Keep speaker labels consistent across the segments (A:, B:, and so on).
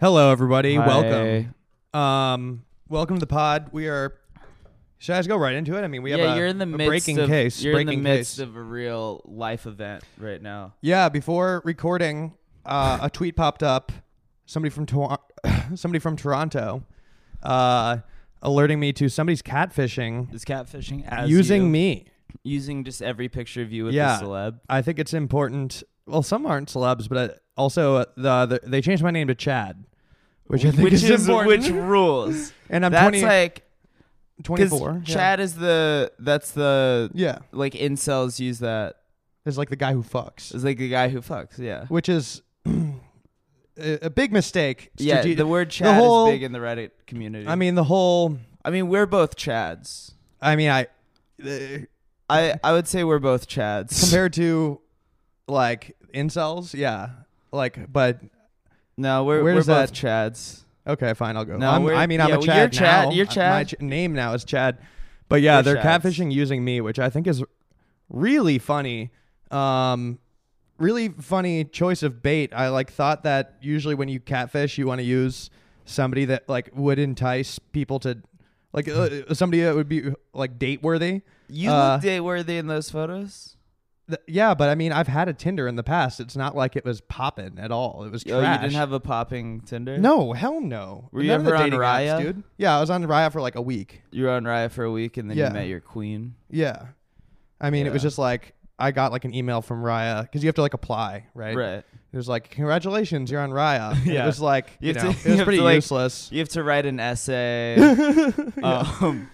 A: Hello, everybody.
B: Hi.
A: Welcome. Um, welcome to the pod. We are. Should I just go right into it? I mean, we
B: yeah,
A: have a,
B: you're in the
A: a
B: midst
A: breaking
B: of,
A: case.
B: You're
A: breaking
B: in the midst
A: case.
B: of a real life event right now.
A: Yeah, before recording, uh, a tweet popped up. Somebody from Tor- somebody from Toronto, uh, alerting me to somebody's catfishing
B: Is catfishing as
A: using
B: you,
A: me.
B: using just every picture of you with
A: Yeah.
B: the celeb?
A: I think it's important. Well, some aren't celebs, but uh, also uh, the, the they changed my name to Chad, which I think
B: which
A: is, important.
B: which rules?
A: and I'm
B: that's
A: 20,
B: like 'cause
A: 24. yeah.
B: Chad is the that's the
A: Yeah,
B: like incels use that.
A: it's like the guy who fucks,
B: It's like the guy who fucks. Yeah,
A: which is a, a big mistake.
B: yeah.
A: Strate-
B: The word Chad
A: whole-
B: is big in the Reddit community.
A: I mean the whole.
B: I mean, we're both Chads.
A: I mean I. uh,
B: I I would say we're both Chads.
A: compared to like incels, yeah. Like, but
B: no, we're
A: Where
B: we're
A: does that-
B: both Chads.
A: okay, fine, I'll go.
B: No,
A: I'm,
B: we're-
A: I mean, I'm
B: yeah,
A: a
B: well,
A: Chad
B: you're Chad-
A: now.
B: you're
A: Uh, My
B: Chad.
A: ch- name now is Chad, but yeah,
B: We're
A: they're
B: Chads.
A: catfishing using me, which I think is really funny. Um, really funny choice of bait. I like thought that usually when you catfish, you want to use somebody that like would entice people to like uh, somebody that would be like date worthy.
B: You
A: Uh,
B: look date worthy in those photos.
A: Th- yeah, but I mean, I've had a Tinder in the past. It's not like it was popping at all. It was
B: Oh,
A: trash.
B: you didn't have a popping Tinder?
A: No, hell no.
B: Were you
A: None of the
B: ever on
A: dating apps,
B: Raya?
A: dude? Yeah, I was on Raya for like a week.
B: You were on Raya for a week and then
A: Yeah.
B: you met your queen.
A: Yeah, I mean, it was
B: Yeah.
A: just like I got like an email from Raya because you have to like apply, right?
B: Right.
A: It was like, congratulations, you're on Raya. And It
B: Yeah.
A: was like, you,
B: You have
A: know,
B: to-
A: it
B: you
A: was
B: have
A: pretty
B: to, like-
A: useless.
B: You have to write an essay. um,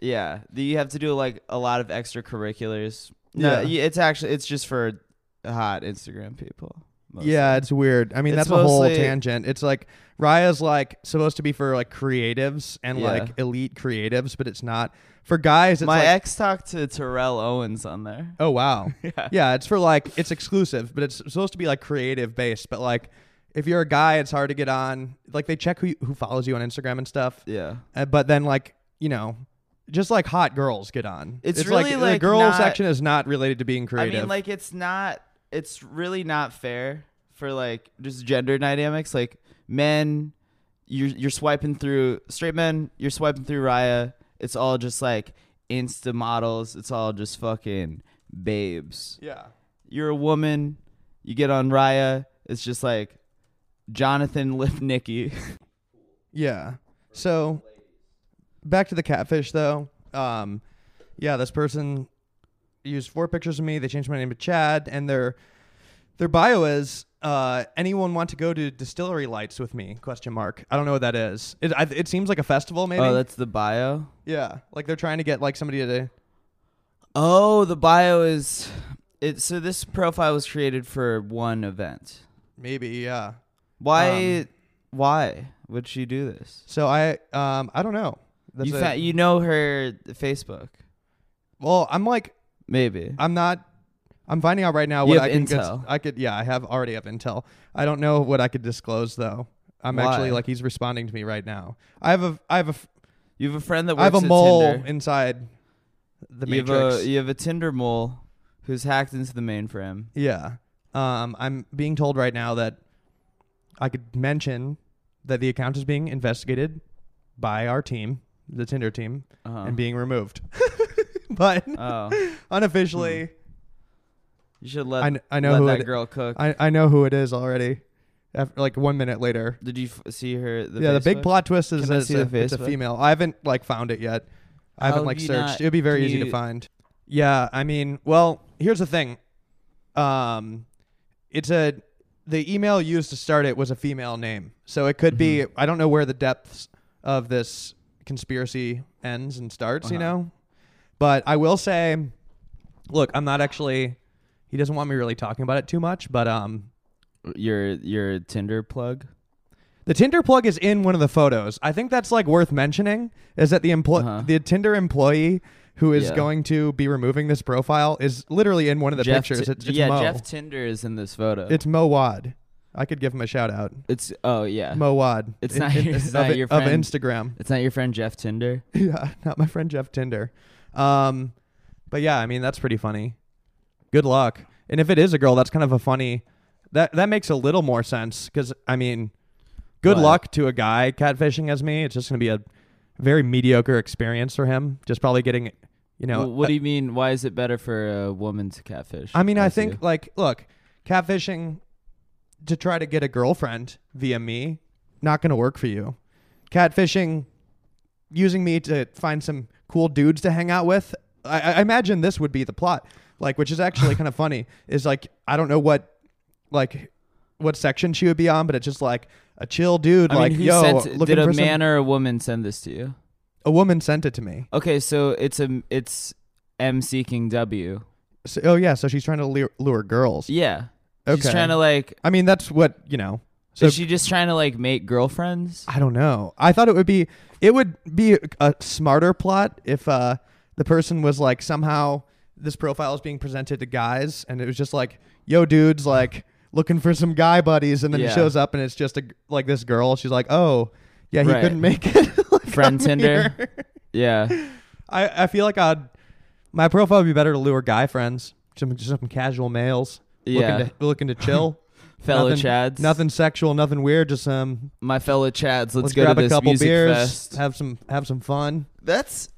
B: yeah. Do You have to do like a lot of extracurriculars. No,
A: Yeah.
B: yeah. it's actually it's just for hot Instagram people. mostly.
A: Yeah, it's weird. I mean,
B: It's
A: that's a whole
B: mostly-
A: tangent. It's like Raya's like supposed to be for like creatives and
B: Yeah.
A: like elite creatives, but it's not for guys. It's
B: My
A: like,
B: ex talked to Terrell Owens on there.
A: Oh wow.
B: Yeah.
A: Yeah, it's for like it's exclusive, but it's supposed to be like creative based, but like if you're a guy, it's hard to get on. Like they check who you- who follows you on Instagram and stuff.
B: Yeah.
A: Uh, but then like, you know, just like hot girls get on.
B: It's really,
A: the
B: like,
A: girl
B: not-
A: section is not related to being creative.
B: I mean, like it's not. It's really not fair for like just gender dynamics. Like men, you're you're swiping through straight men. You're swiping through Raya. It's all just like insta models. It's all just fucking babes.
A: yeah.
B: You're a woman. You get on Raya. It's just like Jonathan Lipnicki.
A: Yeah. So back to the catfish though. Um yeah, this person used four pictures of me. They changed my name to Chad and their their bio is uh, anyone want to go to distillery lights with me? Question mark. I don't know what that is. It I, it seems like a festival maybe.
B: oh, that's the bio.
A: yeah. Like they're trying to get like somebody to
B: Oh, the bio is it. So this profile was created for one event.
A: maybe yeah.
B: Why? why would she do this?
A: So I um I don't know. That's
B: You
A: a-
B: fa- you know her Facebook,
A: well, I'm like
B: maybe.
A: I'm not. I'm finding out right now
B: You
A: what
B: have
A: I can.
B: intel.
A: I could. Yeah, I have already have intel. I don't know what I could disclose though. I'm
B: Why?
A: actually like he's responding to me right now. I have a. I have a. f-
B: you have a friend that works
A: I have a
B: at
A: mole
B: Tinder.
A: inside the
B: you
A: matrix.
B: have a you have a Tinder mole who's hacked into the mainframe.
A: yeah. Um. I'm being told right now that I could mention that the account is being investigated by our team, the Tinder team,
B: Uh-huh.
A: and being removed. but
B: oh,
A: unofficially,
B: you should let
A: I
B: I
A: kn- I know
B: let
A: who
B: that
A: it-
B: girl cook.
A: I I know who it is already. After, like one minute later.
B: Did you f- see her? The
A: yeah, the big
B: Facebook?
A: plot twist is
B: Can
A: that
B: I
A: it's
B: see
A: a,
B: the
A: it's a
B: Facebook?
A: female. I haven't like found it yet. I
B: How
A: haven't
B: have
A: like
B: you
A: searched.
B: not-
A: It'd be very
B: can
A: easy to
B: you-
A: find. Yeah, I mean, well, here's the thing. Um, it's a the email used to start it was a female name, so it could
B: Mm-hmm.
A: be. I don't know where the depths of this conspiracy ends and starts. You
B: Uh-huh.
A: know, but I will say, look, I'm not actually. He doesn't want me really talking about it too much, but um,
B: Your your Tinder plug.
A: the Tinder plug is in one of the photos. I think that's like worth mentioning is that the employ
B: Uh-huh.
A: the Tinder employee who is
B: Yeah.
A: going to be removing this profile is literally in one of the
B: Jeff
A: pictures.
B: Ti-
A: It's, it's
B: yeah,
A: Mo.
B: Jeff Tinder is in this photo.
A: it's Mo Wad. I could give him a shout out.
B: it's oh yeah.
A: Mo Wad.
B: It's not your- it's
A: of,
B: not your
A: of
B: friend.
A: Instagram.
B: it's not your friend Jeff Tinder.
A: yeah, not my friend Jeff Tinder. Um, but yeah, I mean that's pretty funny. Good luck. And if it is a girl, that's kind of a funny. That that makes a little more sense because I mean, Good
B: But-
A: luck to a guy catfishing as me. It's just going to be a very mediocre experience for him. Just probably getting, you know,
B: Wh- what do you mean? Why is it better for a woman to catfish?
A: I mean, I
B: as
A: think
B: you?
A: like look, catfishing to try to get a girlfriend via me not going to work for you. Catfishing using me to find some cool dudes to hang out with. I, I imagine this would be the plot, like which is actually kind of funny. Is like I don't know what like what section she would be on, but it's just like a chill dude.
B: I
A: like
B: mean, who
A: yo,
B: sent it?
A: looking
B: did a
A: for some-
B: man or a woman send this to you?
A: a woman sent it to me.
B: Okay, so it's a it's M seeking W.
A: So, oh yeah, so she's trying to lure, lure girls.
B: Yeah, she's
A: Okay.
B: trying to like.
A: I mean, that's what you know. So
B: is she just trying to like make girlfriends?
A: I don't know. I thought it would be it would be a smarter plot if uh the person was like somehow this profile is being presented to guys and it was just like yo dudes like looking for some guy buddies and then it
B: Yeah.
A: shows up and it's just a g- like this girl she's like oh yeah he
B: Right.
A: couldn't make it Like,
B: Friend
A: I'm
B: Tinder?
A: here.
B: Yeah,
A: I I feel like I'd my profile would be better to lure guy friends some just some casual males
B: Yeah.
A: looking to looking to chill
B: fellow
A: nothing,
B: Chads.
A: nothing sexual nothing weird just um
B: My fellow Chads, let's,
A: let's,
B: go
A: grab
B: to
A: a
B: this
A: couple
B: music
A: beers,
B: fest.
A: have some have some fun.
B: That's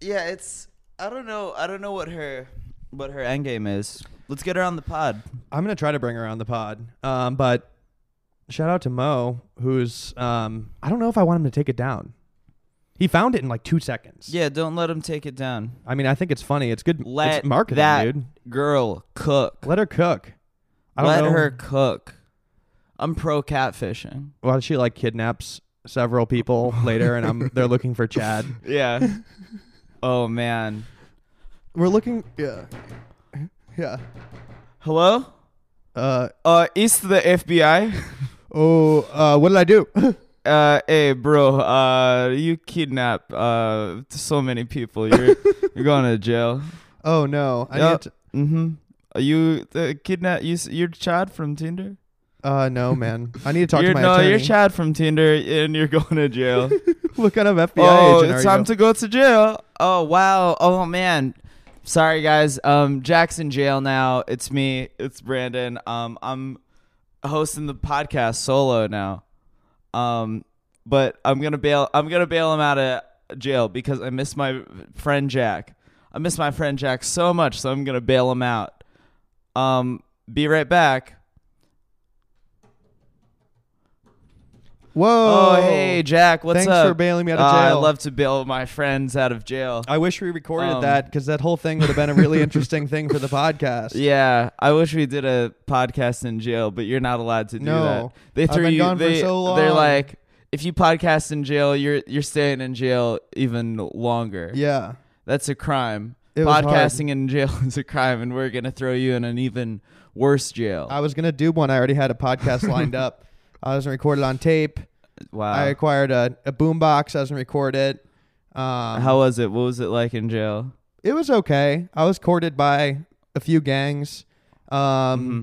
B: yeah. It's I don't know. I don't know what her what her end game is. Let's get her on the pod.
A: I'm gonna try to bring her on the pod, um, but shout out to Mo, who's um, I don't know if I want him to take it down. He found it in like two seconds.
B: Yeah, don't let him take it down.
A: I mean, I think it's funny. It's good.
B: Let
A: it's marketing,
B: that
A: dude.
B: girl cook.
A: Let her cook. I don't
B: Let
A: know.
B: her cook. I'm pro catfishing.
A: Well, she like kidnaps several people later, and I'm they're looking for Chad.
B: Yeah. oh man.
A: We're looking. Yeah. Yeah.
B: Hello?
A: Uh
B: Uh it's the FBI.
A: oh. Uh, what did I do?
B: Uh hey bro, uh you kidnap uh so many people. You're you're going to jail.
A: oh no. I
B: Yep.
A: need to,
B: Mhm. Are you uh, kidnap you s- you're Chad from Tinder?
A: uh no man. I need to talk
B: you're,
A: to my
B: no,
A: attorney.
B: you're Chad from Tinder and you're going to jail.
A: What kind of FBI
B: oh,
A: agent
B: it's
A: are you?
B: time to go to jail. Oh wow. Oh man. Sorry guys. Um, Jack's in jail now. It's me. It's Brandon. Um, I'm hosting the podcast solo now. Um, but I'm gonna bail. I'm gonna bail him out of jail because I miss my friend Jack. I miss my friend Jack so much, so I'm gonna bail him out. Um, be right back.
A: Whoa!
B: Oh, hey Jack, what's
A: Thanks
B: up?
A: for bailing me out of
B: Uh, I
A: jail.
B: love to bail my friends out of jail.
A: I wish we recorded
B: Um,
A: that because that whole thing would have been a really interesting thing for the podcast.
B: Yeah, I wish we did a podcast in jail, but you're not allowed to do
A: No.
B: that. They
A: I've
B: threw
A: been
B: you.
A: gone for
B: they,
A: so
B: They're
A: long.
B: like, if you podcast in jail, you're you're staying in jail even longer.
A: Yeah.
B: that's a crime.
A: It was hard.
B: Podcasting in jail is a crime, and we're gonna throw you in an even worse jail.
A: I was gonna do one. I already had a podcast lined up. I wasn't recorded on tape.
B: wow.
A: I acquired a, a boombox. I wasn't recorded. Um,
B: How was it? What was it like in jail?
A: it was okay. I was courted by a few gangs, um,
B: Mm-hmm.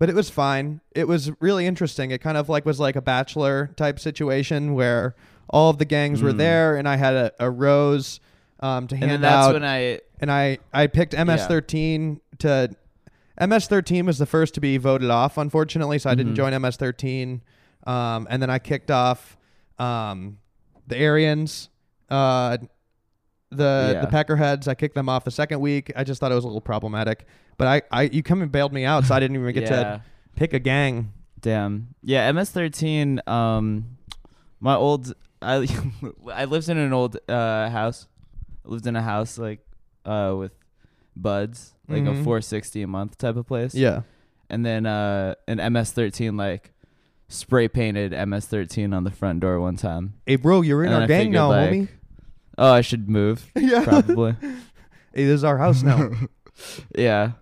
A: but it was fine. It was really interesting. It kind of like was like a bachelor type situation where all of the gangs were there, and I had a, a rose um, to
B: Mm. And
A: hand
B: then that's
A: out.
B: when I.
A: and I I picked MS13 to MS13 was the first to be voted off, unfortunately, so I
B: Mm-hmm.
A: didn't join MS13. Um, and then I kicked off um, the Aryans, uh, the
B: Yeah.
A: the Peckerheads. I kicked them off the second week. I just thought it was a little problematic, but I, I you come and bailed me out, so I didn't even get
B: yeah.
A: to pick a gang.
B: Damn. Yeah, MS13 um my old I I lived in an old uh house. I lived in a house like uh with buds, like a
A: Mhm.
B: 460 a month type of place.
A: Yeah,
B: And then uh an MS13 like spray painted MS13 on the front door one time.
A: hey bro, you're in
B: And
A: our
B: I
A: gang
B: figured,
A: now,
B: like,
A: homie.
B: Oh, I should move
A: Yeah,
B: probably.
A: hey, this is our house now.
B: yeah.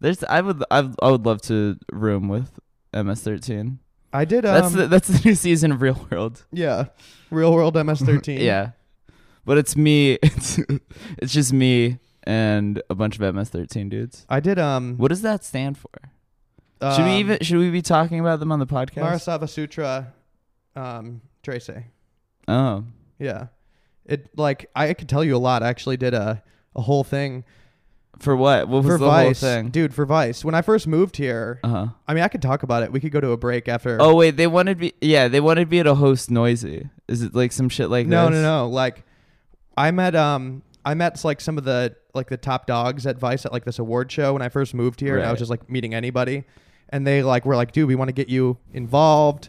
B: There's I would I would- I would love to room with MS13.
A: I did. Um,
B: That's the, that's the new season of Real World.
A: yeah, real world MS13.
B: Yeah. But it's me. It's, it's just me and a bunch of MS13 dudes.
A: I did. Um,
B: What does that stand for? should we
A: um,
B: even should we be talking about them on the podcast?
A: Marasava Sutra, um, Trace.
B: oh.
A: Yeah, it like I, could tell you a lot. I actually did a a whole thing
B: For what? What was
A: for
B: the
A: Vice,
B: whole thing?
A: dude. For Vice, when I first moved here,
B: Uh huh.
A: I mean, I could talk about it. We could go to a break after.
B: Oh wait, they wanted me. Yeah, they wanted me to host Noisy. Is it like some shit like
A: no,
B: this?
A: no, no. Like, I met um, I met like some of the like the top dogs at Vice at like this award show when I first moved here, and I
B: Right.
A: was just like meeting anybody, and they like were like, dude, we want to get you involved,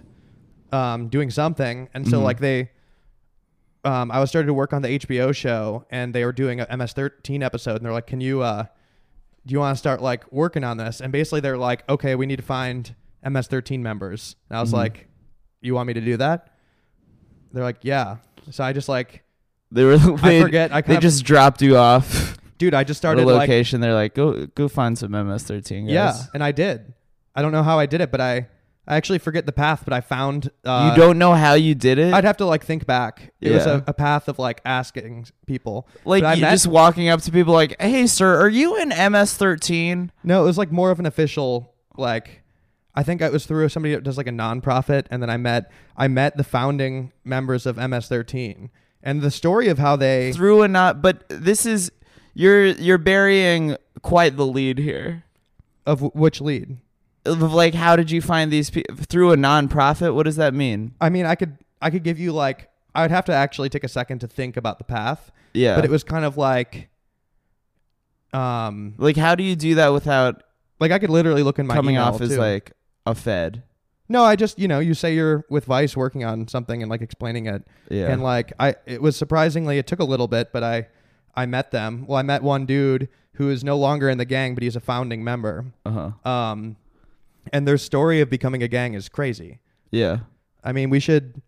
A: um, doing something, and so
B: Mhm.
A: like they. Um, I was started to work on the HBO show, and they were doing a MS13 episode, and they're like, "Can you, uh, do you want to start like working on this?" And basically, they're like, "Okay, we need to find MS13 members." And I was
B: Mhm.
A: like, "You want me to do that?" They're like, yeah. So I just like,
B: They were. They,
A: forget, I
B: they
A: kinda-
B: just dropped you off.
A: dude, I just started
B: the
A: like,
B: location. they're like, go go find some MS13 guys.
A: yeah, and I did. I don't know how I did it, but I, I actually forget the path, but I found. Uh,
B: you don't know how you did it.
A: I'd have to like think back. It was
B: Yeah.
A: a, a path of like asking people.
B: like
A: but I
B: you
A: met-
B: just walking up to people like, hey sir, are you in MS13?
A: No, it was like more of an official like. I think it was through somebody that does like a nonprofit, and then I met I met the founding members of MS13, and the story of how they
B: Through and not, but this is you're you're burying quite the lead here.
A: of w- which lead.
B: Of like, how did you find these people through a nonprofit? What does that mean?
A: I mean, I could I could give you like I would have to actually take a second to think about the path.
B: Yeah,
A: but it was kind of like um
B: like how do you do that without
A: like i could literally look in my
B: coming
A: email,
B: off as
A: too.
B: like a fed?
A: no i just you know you say you're with vice working on something and like explaining it
B: Yeah,
A: and like i it was surprisingly it took a little bit but i i met them well i met one dude who is no longer in the gang but he's a founding member
B: uh huh.
A: um and their story of becoming a gang is crazy
B: Yeah.
A: i mean we should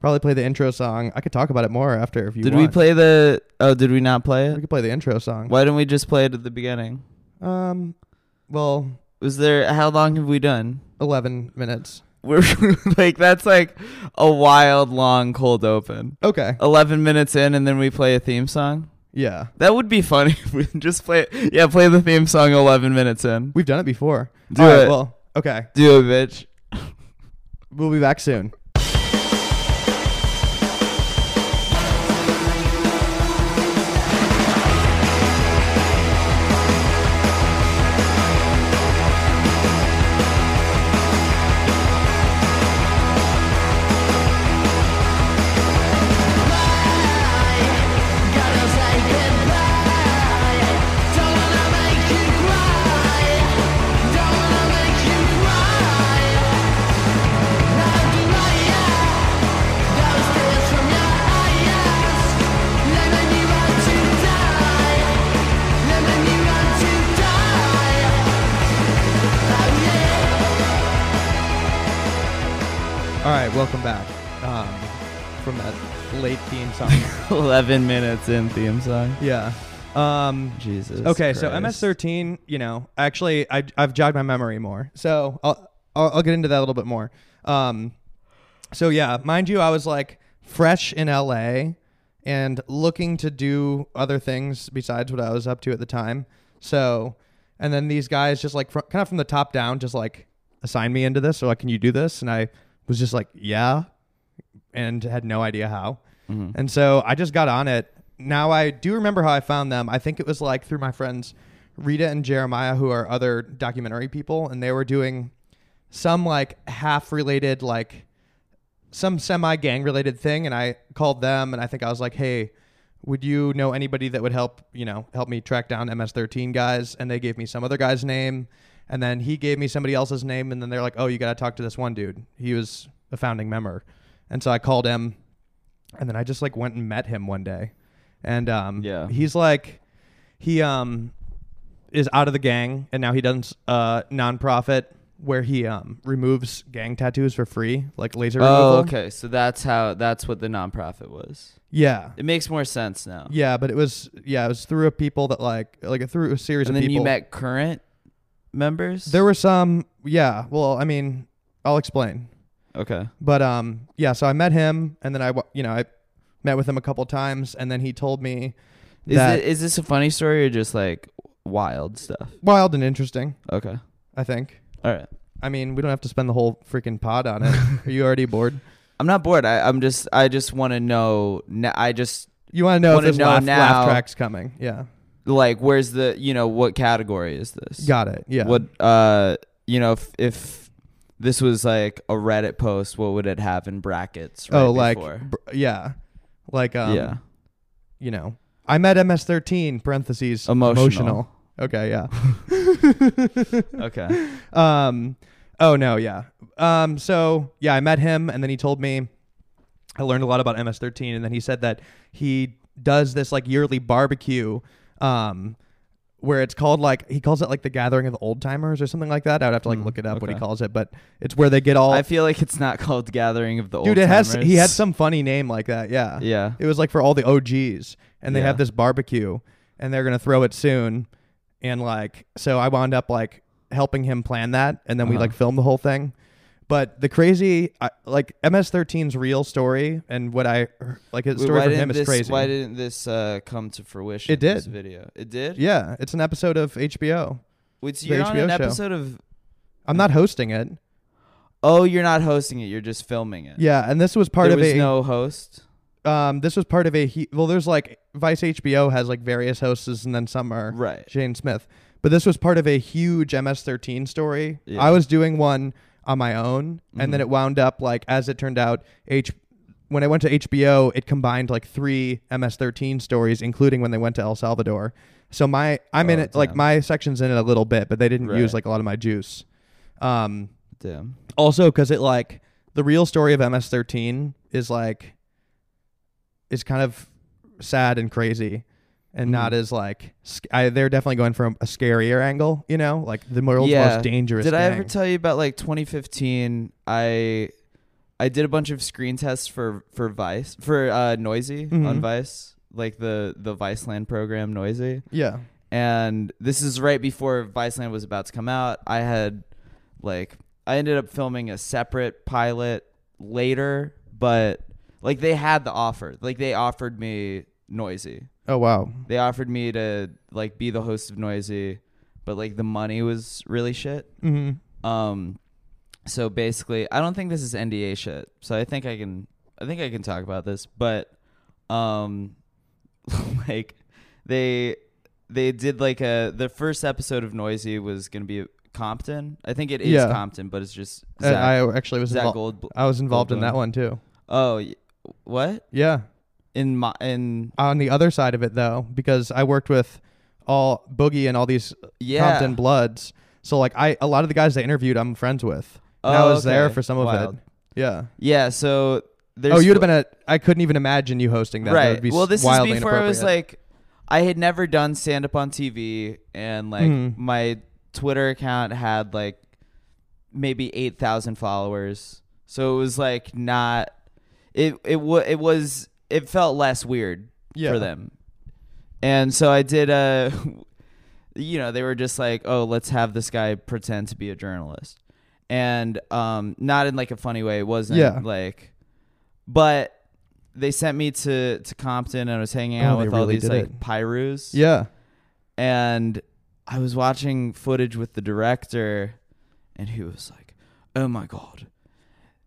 A: probably play the intro song i could talk about it more after if you
B: Did
A: want
B: we play the? Oh, did we not play
A: we
B: it?
A: could play the intro song
B: Why didn't we just play it at the beginning?
A: um well
B: Was there? How long have we done?
A: 11 minutes
B: We're like that's like a wild long cold open.
A: okay
B: Eleven minutes in, and then we play a theme song.
A: yeah
B: That would be funny if we just play. Yeah, play the theme song. Eleven minutes in.
A: We've done it before.
B: Do it.
A: well, okay.
B: Do it, bitch.
A: We'll be back soon. All right, welcome back um, from that late theme song.
B: Eleven minutes in theme song.
A: yeah. Um,
B: Jesus.
A: okay, so
B: Christ.
A: MS13, you know, actually, I, I've jogged my memory more. So I'll, I'll, I'll get into that a little bit more. Um, so, yeah, mind you, I was like fresh in LA and looking to do other things besides what I was up to at the time. So, and then these guys just like fr- kind of from the top down, just like assigned me into this. So, like, can you do this? And I was just like, yeah, and had no idea how. And so I just got on it. Now I do remember how I found them. I think it was like through my friends Rita and Jeremiah, who are other documentary people, and they were doing some like half related, like some semi gang related thing. And I called them and I think I was like, hey, would you know anybody that would help, you know, help me track down MS13 guys? And they gave me some other guy's name. And then he gave me somebody else's name. And then they're like, oh, you got to talk to this one dude. He was a founding member. And so I called him. And then I just like went and met him one day. And um,
B: Yeah.
A: he's like, he um, is out of the gang. And now he does a nonprofit where he um, removes gang tattoos for free, like laser removal.
B: Oh, okay. So that's how. That's what the nonprofit was.
A: Yeah.
B: It makes more sense now.
A: Yeah, but it was yeah, it was through a people that like like through a series
B: And
A: of
B: then
A: people.
B: you met current members.
A: there were some yeah, well, I mean, I'll explain.
B: okay.
A: But um yeah, so I met him and then I wa- you know, I met with him a couple times and then he told me
B: Is
A: that
B: it, is this a funny story or just like wild stuff?
A: wild and interesting,
B: Okay.
A: I think.
B: All right.
A: I mean, we don't have to spend the whole freaking pod on it. Are you already bored?
B: I'm not bored. I, I'm just. I just want to know. n- I just
A: You want to know
B: Wanna
A: if this
B: know
A: laugh,
B: now.
A: laugh track's coming. Yeah.
B: like where's the you know what category is this
A: Got it. Yeah.
B: what uh you know if if this was like a reddit post what would it have in brackets right
A: oh, like
B: before?
A: br- yeah, like um,
B: yeah
A: You know, I met MS13 parentheses
B: Emotional.
A: Okay. Yeah.
B: okay
A: Um. Oh no. Yeah. Um. So yeah, I met him, and then he told me I learned a lot about MS13, and then he said that he does this like yearly barbecue. Um. Where it's called like he calls it like the gathering of the old timers or something like that. I would have to like look it up what he
B: Hmm, okay.
A: calls it, but it's where they get all
B: i feel like it's not called gathering of the old
A: dude. It has he had some funny name like that. Yeah,
B: yeah
A: It was like for all the OGs, and they
B: Yeah.
A: have this barbecue, and they're gonna throw it soon, and like so I wound up like helping him plan that, and then we
B: Uh-huh.
A: like filmed the whole thing. But the crazy, I, like MS13's real story and what I like his
B: Wait,
A: story
B: why
A: from
B: didn't
A: him
B: this,
A: is crazy.
B: Why didn't this uh, come to fruition?
A: It
B: This
A: did.
B: video. It did.
A: yeah, it's an episode of HBO.
B: Wait, so
A: The
B: you're on
A: HBO
B: an
A: show.
B: episode of.
A: I'm not hosting it.
B: Oh, you're not hosting it. You're just filming it.
A: Yeah, and this was part
B: there
A: of
B: was
A: a
B: no host.
A: um this was part of a he, well there's like Vice HBO has like various hosts and then some are
B: Right.
A: Shane Smith. But this was part of a huge MS13 story.
B: Yeah.
A: I was doing one on my own,
B: Mhm.
A: and then it wound up like as it turned out, H. When I went to HBO, it combined like three MS13 stories, including when they went to El Salvador. So my I'm in
B: Oh,
A: it like
B: damn.
A: my section's in it a little bit, but they didn't
B: Right.
A: use like a lot of my juice. Um,
B: Damn.
A: also because it like the real story of MS13 is like is kind of sad and crazy and
B: Mhm.
A: not as like sc- I, they're definitely going for a, scarier angle you know like the world's
B: Yeah.
A: most dangerous
B: Did I ever
A: gang.
B: tell you about like 2015? I I did a bunch of screen tests for for Vice for uh, Noisy on
A: Mhm.
B: Vice, like the the Viceland program Noisy.
A: yeah
B: and this is right before Viceland was about to come out. I had like I ended up filming a separate pilot later, but like they had the offer. Like they offered me Noisy.
A: oh wow
B: They offered me to like be the host of Noisy, but like the money was really shit.
A: mm-hmm.
B: Um so basically, I don't think this is NDA shit. So I think I can I think I can talk about this, but um like they they did like a the first episode of Noisy was going to be Compton. I think it is
A: Yeah.
B: Compton, but it's just
A: I,
B: Zach,
A: Uh, I actually was
B: Zach
A: invol-
B: Goldbl-
A: I was involved in
B: Goldblum.
A: that one too
B: Oh, y- what?
A: yeah
B: In my in
A: on the other side of it though because I worked with all Boogie and all these
B: yeah.
A: Compton Bloods so like I a lot of the guys they interviewed I'm friends with and I
B: Oh,
A: was there
B: okay.
A: for some of
B: Wild.
A: it yeah
B: Yeah, so there's
A: oh, you'd have been a. I couldn't even imagine you hosting that. That
B: right.
A: would be
B: well,
A: s-
B: this is
A: wildly
B: before it was
A: inappropriate.
B: like I had never done stand up on TV, and like
A: Mhm.
B: my Twitter account had like maybe eight thousand followers, so it was like not it it wa it was it felt less weird
A: Yeah.
B: for them, and so I did a. You know, they were just like, "Oh, let's have this guy pretend to be a journalist," and um, not in like a funny way. It wasn't
A: Yeah.
B: like, but they sent me to to Compton and I was hanging
A: Oh,
B: out
A: they
B: with all
A: really
B: these
A: did
B: like
A: it.
B: pyrus.
A: yeah,
B: And I was watching footage with the director and he was like, "Oh my god.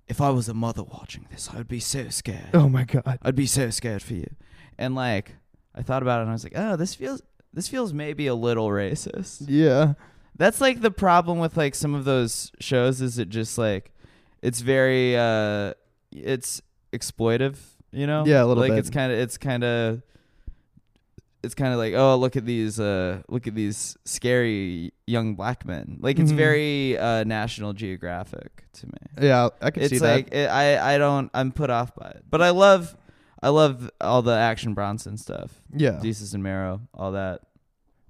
B: If I was a mother watching this, I would be so scared.
A: oh my god,
B: I'd be so scared for you." And like I thought about it and I was like, "Oh, this feels this feels maybe a little racist."
A: yeah,
B: That's like the problem with like some of those shows is it just like it's very uh it's exploitive, you know?
A: Yeah, a little
B: like
A: bit.
B: it's kind of it's kind of it's kind of like, oh, look at these uh look at these scary young black men. Like it's
A: Mhm.
B: very uh National Geographic to me.
A: yeah. I could see
B: It's like
A: that.
B: it, I I don't I'm put off by it. But I love I love all the Action Bronson stuff.
A: Yeah.
B: Jesus and Marrow, all that.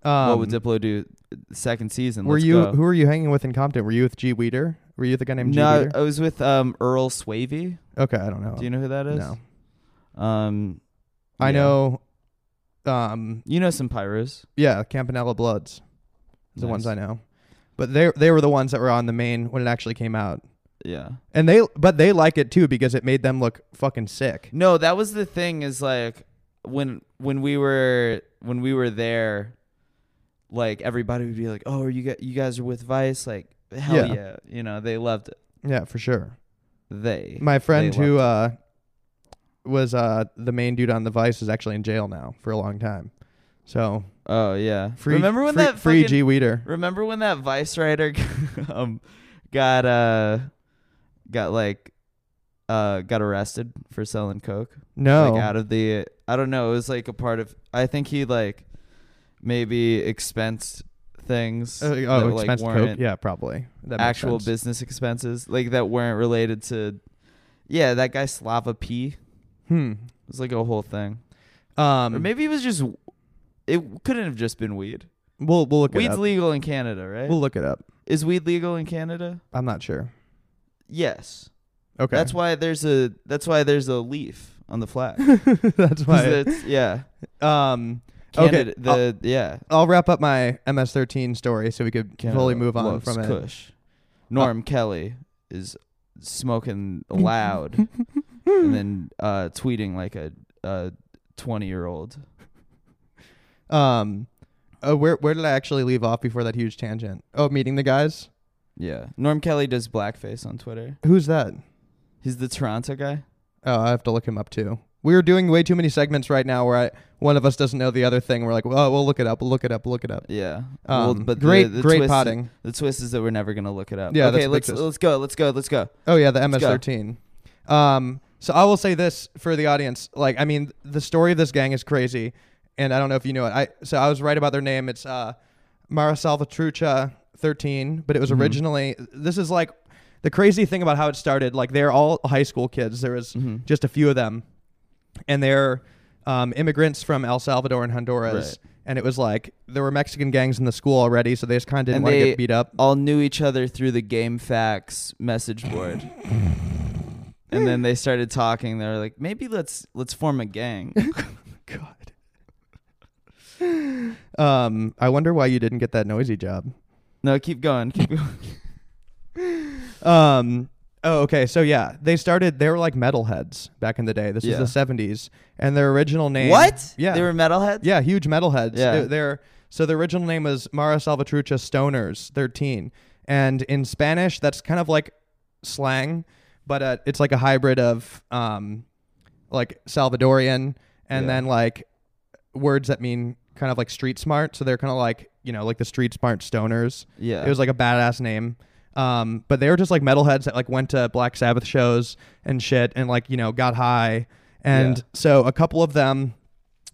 A: Oh. Um,
B: what would Diplo do? Second season.
A: were
B: let's
A: you?
B: go.
A: Who were you hanging with in Compton? Were you with G Weeder? Were you with the guy named G
B: No,
A: Weeder?
B: I was with um, Earl Swavey.
A: okay, I don't know.
B: uh, Do you know who that is?
A: Oh, No,
B: Um,
A: I
B: yeah.
A: know. Um,
B: You know some pyros.
A: yeah, Campanella Bloods, is the ones I
B: Nice.
A: know, but they they were the ones that were on the main when it actually came out,
B: Yeah.
A: and they but they like it too because it made them look fucking sick.
B: No, that was the thing. Is like when when we were when we were there, like everybody would be like, "Oh, are you guys, you guys are with Vice? Like, hell yeah.
A: Yeah.
B: You know, they loved it.
A: Yeah, for sure.
B: They.
A: My friend
B: they
A: who uh, was uh, the main dude on the Vice is actually in jail now for a long time. So
B: Oh yeah.
A: free.
B: remember when
A: free-
B: that
A: free
B: fucking-
A: G Weeder?
B: Remember when that Vice writer um got uh got like uh got arrested for selling coke?
A: No. Uh,
B: Like out of the I don't know, it was like a part of I think he like maybe expensed things
A: Uh,
B: that,
A: oh,
B: like,
A: expensive coke.
B: weren't
A: Yeah, probably. That makes
B: actual
A: sense.
B: business expenses like that weren't related to Yeah, that guy Slava P. It was like a whole thing.
A: Hmm. Um.
B: or maybe it was just it couldn't have just been weed.
A: we'll we'll look it
B: Weed's
A: up.
B: legal in Canada, right?
A: We'll look it up.
B: Is weed legal in Canada?
A: I'm not sure.
B: Yes.
A: Okay.
B: That's why there's a that's why there's a leaf on the flag. 'Cause
A: That's why.
B: it's- yeah.
A: Um.
B: Canada,
A: okay.
B: the
A: I'll,
B: yeah.
A: I'll wrap up my MS13 story so we could
B: Canada
A: fully move on
B: loves
A: from it. Uh,
B: Kush. Norm Kelly is smoking loud and then uh, tweeting like a a 20 year old.
A: Um, uh, where where did I actually leave off before that huge tangent? Oh, meeting the guys.
B: Yeah. Norm Kelly does blackface on Twitter.
A: Who's that?
B: He's the Toronto guy.
A: Oh, I have to look him up too. We are doing way too many segments right now where I, one of us doesn't know the other thing. We're like, "Oh, well, we'll look it up, we'll look it up, we'll look it up.
B: Yeah.
A: Um,
B: Well,
A: great,
B: the, the
A: great
B: twist-
A: potting.
B: The twist is that we're never gonna look it up.
A: Yeah,
B: Okay,
A: that's a big
B: let's
A: twist.
B: let's go. Let's go. Let's go.
A: Oh yeah, the
B: go.
A: MS13. Um, so I will say this for the audience. Like, I mean, the story of this gang is crazy, and I don't know if you know it. I so I was right about their name. It's uh, Mara Salvatrucha 13, but it
B: Mm-hmm.
A: was originally. This is like the crazy thing about how it started. Like, they're all high school kids. There was
B: Mm-hmm.
A: just a few of them, and they're um, immigrants from El Salvador and Honduras.
B: Right.
A: And it was like there were Mexican gangs in the school already, so they just kind of didn't
B: And
A: want to
B: they-
A: get beat up.
B: all knew each other through the game facts message board and then they started talking they were like maybe let's let's form a gang
A: God. Um, I wonder why you didn't get that noisy job.
B: no keep going keep going
A: Um, oh, okay. So yeah, they started. They were like metalheads back in the day. This
B: Yeah.
A: is the '70s, and their original name.
B: what
A: Yeah,
B: they were metalheads
A: yeah, huge metalheads.
B: Yeah.
A: They- they're so their original name was Mara Salvatrucha Stoners 13, and in Spanish, that's kind of like slang, but uh, it's like a hybrid of um, like Salvadorian and
B: Yeah.
A: then like words that mean kind of like street smart. So they're kind of like you know like the street smart stoners.
B: yeah
A: It was like a badass name. Um, but they were just like metalheads that like went to Black Sabbath shows and shit and like, you know, got high. And
B: Yeah.
A: so a couple of them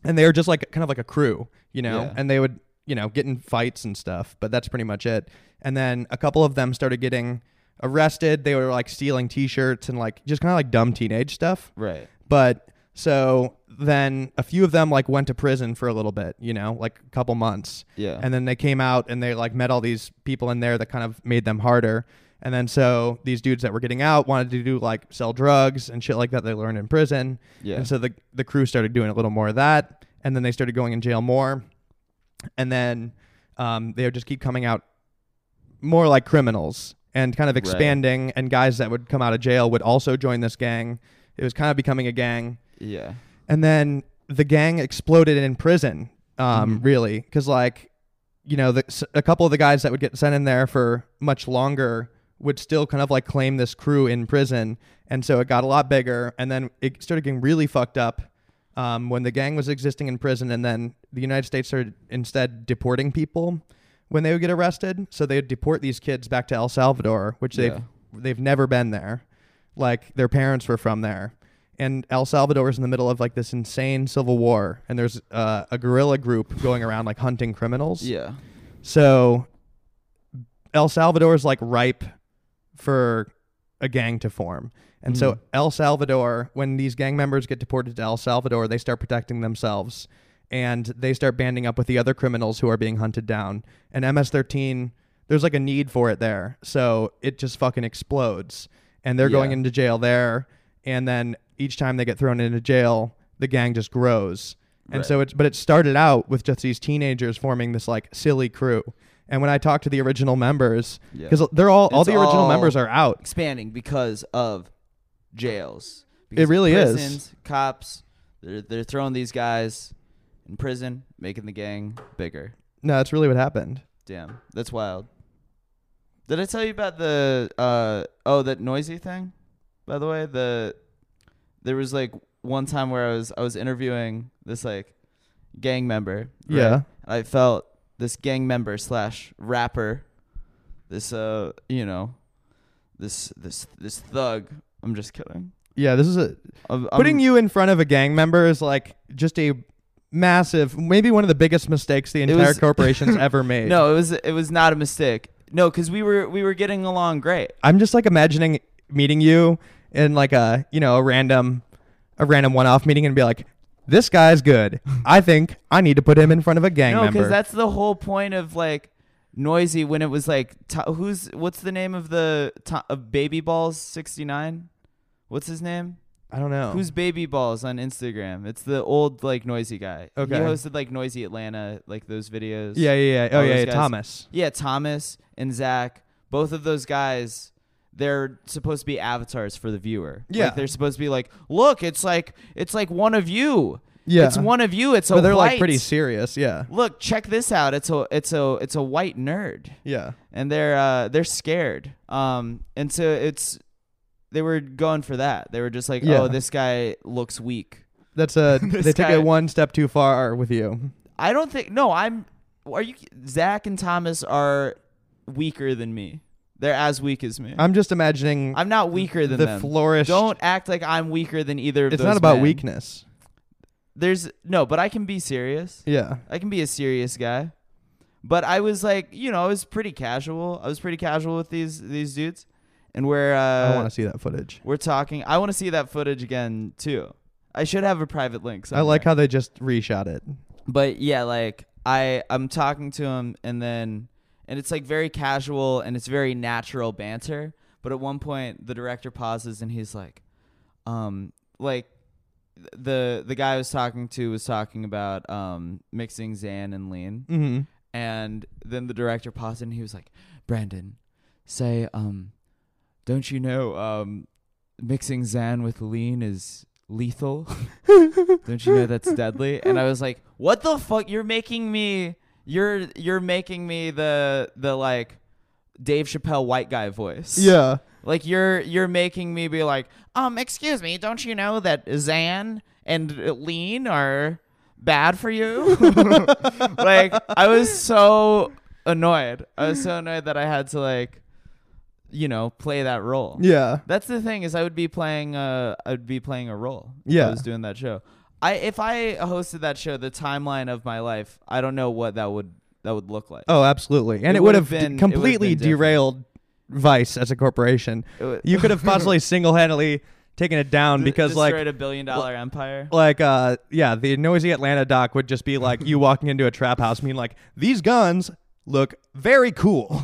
A: and they were just like kind of like a crew, you know,
B: Yeah.
A: and they would, you know, get in fights and stuff, but that's pretty much it. And then a couple of them started getting arrested. They were like stealing t-shirts and like just kind of like dumb teenage stuff.
B: right
A: But so then a few of them like went to prison for a little bit, you know, like a couple months.
B: Yeah.
A: And then they came out and they like met all these people in there that kind of made them harder. And then so these dudes that were getting out wanted to do like sell drugs and shit like that they learned in prison.
B: Yeah.
A: And so the the crew started doing a little more of that and then they started going in jail more. And then um, they would just keep coming out more like criminals and kind of expanding and guys that would come out of jail would also join this gang. It was kind of becoming a gang
B: yeah
A: and then the gang exploded in prison um really because like you know the, s- a couple of the guys that would get sent in there for much longer would still kind of like claim this crew in prison and so it got a lot bigger and then it started getting really fucked up um, when the gang was existing in prison and then the united states started instead deporting people when they would get arrested so they would deport these kids back to el salvador which
B: Yeah.
A: they've they've never been there like their parents were from there and el salvador is in the middle of like this insane civil war and there's uh, a guerrilla group going around like hunting criminals
B: yeah
A: so el salvador is like ripe for a gang to form and so el salvador when these gang members get deported to el salvador they start protecting themselves and they start banding up with the other criminals who are being hunted down and ms13 there's like a need for it there so it just fucking explodes and they're going
B: Yeah.
A: into jail there and then each time they get thrown into jail the gang just grows and
B: Right.
A: so it's but it started out with just these teenagers forming this like silly crew and when i talked to the original members
B: Yeah.
A: because they're all all
B: It's
A: the original
B: all-
A: members are out
B: expanding because of jails because of
A: really is.
B: prisons, cops they're, they're throwing these guys in prison making the gang bigger
A: no that's really what happened
B: damn that's wild did i tell you about the uh oh that noisy thing by the way the there was like one time where i was i was interviewing this like gang member. right?
A: Yeah.
B: I felt this gang member slash rapper, this uh, you know, this this this thug. I'm just kidding.
A: Yeah, this is a
B: I'm, I'm-
A: putting you in front of a gang member is like just a massive, maybe one of the biggest mistakes the
B: It
A: entire
B: was-
A: corporation's ever made.
B: No, it was it was not a mistake. No, because we were we were getting along great.
A: I'm just like imagining meeting you in like a you know a random a random one off meeting and be like, this guy's good. I think I need to put him in front of a gang
B: no,
A: member.
B: because that's the whole point of like noisy when it was like to- who's what's the name of the to- of baby balls 69 what's his name
A: I don't know.
B: who's baby balls on instagram it's the old like noisy guy
A: Okay.
B: he hosted like noisy atlanta like those videos
A: yeah yeah yeah oh
B: all
A: yeah,
B: those
A: yeah
B: guys?
A: Thomas.
B: yeah thomas and zach both of those guys they're supposed to be avatars for the viewer
A: Yeah.
B: like, they're supposed to be like look it's like it's like one of you
A: Yeah.
B: it's one of you it's a
A: But they're like
B: white-
A: pretty serious. Yeah
B: look check this out it's a it's a it's a white nerd
A: yeah
B: and they're uh they're scared um and so it's they were going for that they were just like
A: Yeah.
B: oh this guy looks weak
A: that's a
B: This
A: they took
B: guy-
A: it one step too far with you.
B: i don't think no i'm are you zach and thomas are weaker than me they're as weak as me i'm,
A: I'm just imagining
B: not weaker than
A: the
B: them
A: flourished.
B: don't act like i'm weaker than either of
A: it's
B: those
A: not about
B: men.
A: weakness.
B: there's no but i can be serious
A: Yeah.
B: I can be a serious guy. But I was like, you know, I was pretty casual. I was pretty casual with these these dudes, and we're
A: I
B: uh,
A: want to see that footage.
B: we're talking. I want to see that footage again too. I should have a private link.
A: I like
B: somewhere.
A: how they just reshot it.
B: But yeah, like I I'm talking to him, and then and it's like very casual and it's very natural banter. But at one point, the director pauses and he's like, um, like th- the the guy I was talking to was talking about um mixing Xan and Lean.
A: Mm-hmm.
B: And then the director paused and he was like, Brandon, say, um, don't you know, um, mixing Xan with lean is lethal? don't you know that's deadly? And I was like, what the fuck? You're making me, you're, you're making me the, the like, Dave Chappelle white guy voice.
A: Yeah.
B: Like you're you're making me be like, um, excuse me, don't you know that Xan and lean are bad for you? like I was so annoyed. I was so annoyed that I had to like, you know, play that role.
A: Yeah.
B: That's the thing is I would be playing uh I'd be playing a role. if
A: Yeah.
B: I was doing that show. I if I hosted that show, the timeline of my life, I don't know what that would that would look like.
A: Oh, absolutely. And
B: It
A: it, would have
B: would've been- it would've
A: completely
B: been different.
A: derailed Vice as a corporation.
B: It would-
A: You could have possibly single-handedly taken it down because
B: destroyed
A: like
B: a billion dollar empire.
A: like uh yeah, the noisy Atlanta doc would just be like you walking into a trap house being like these guns look very cool.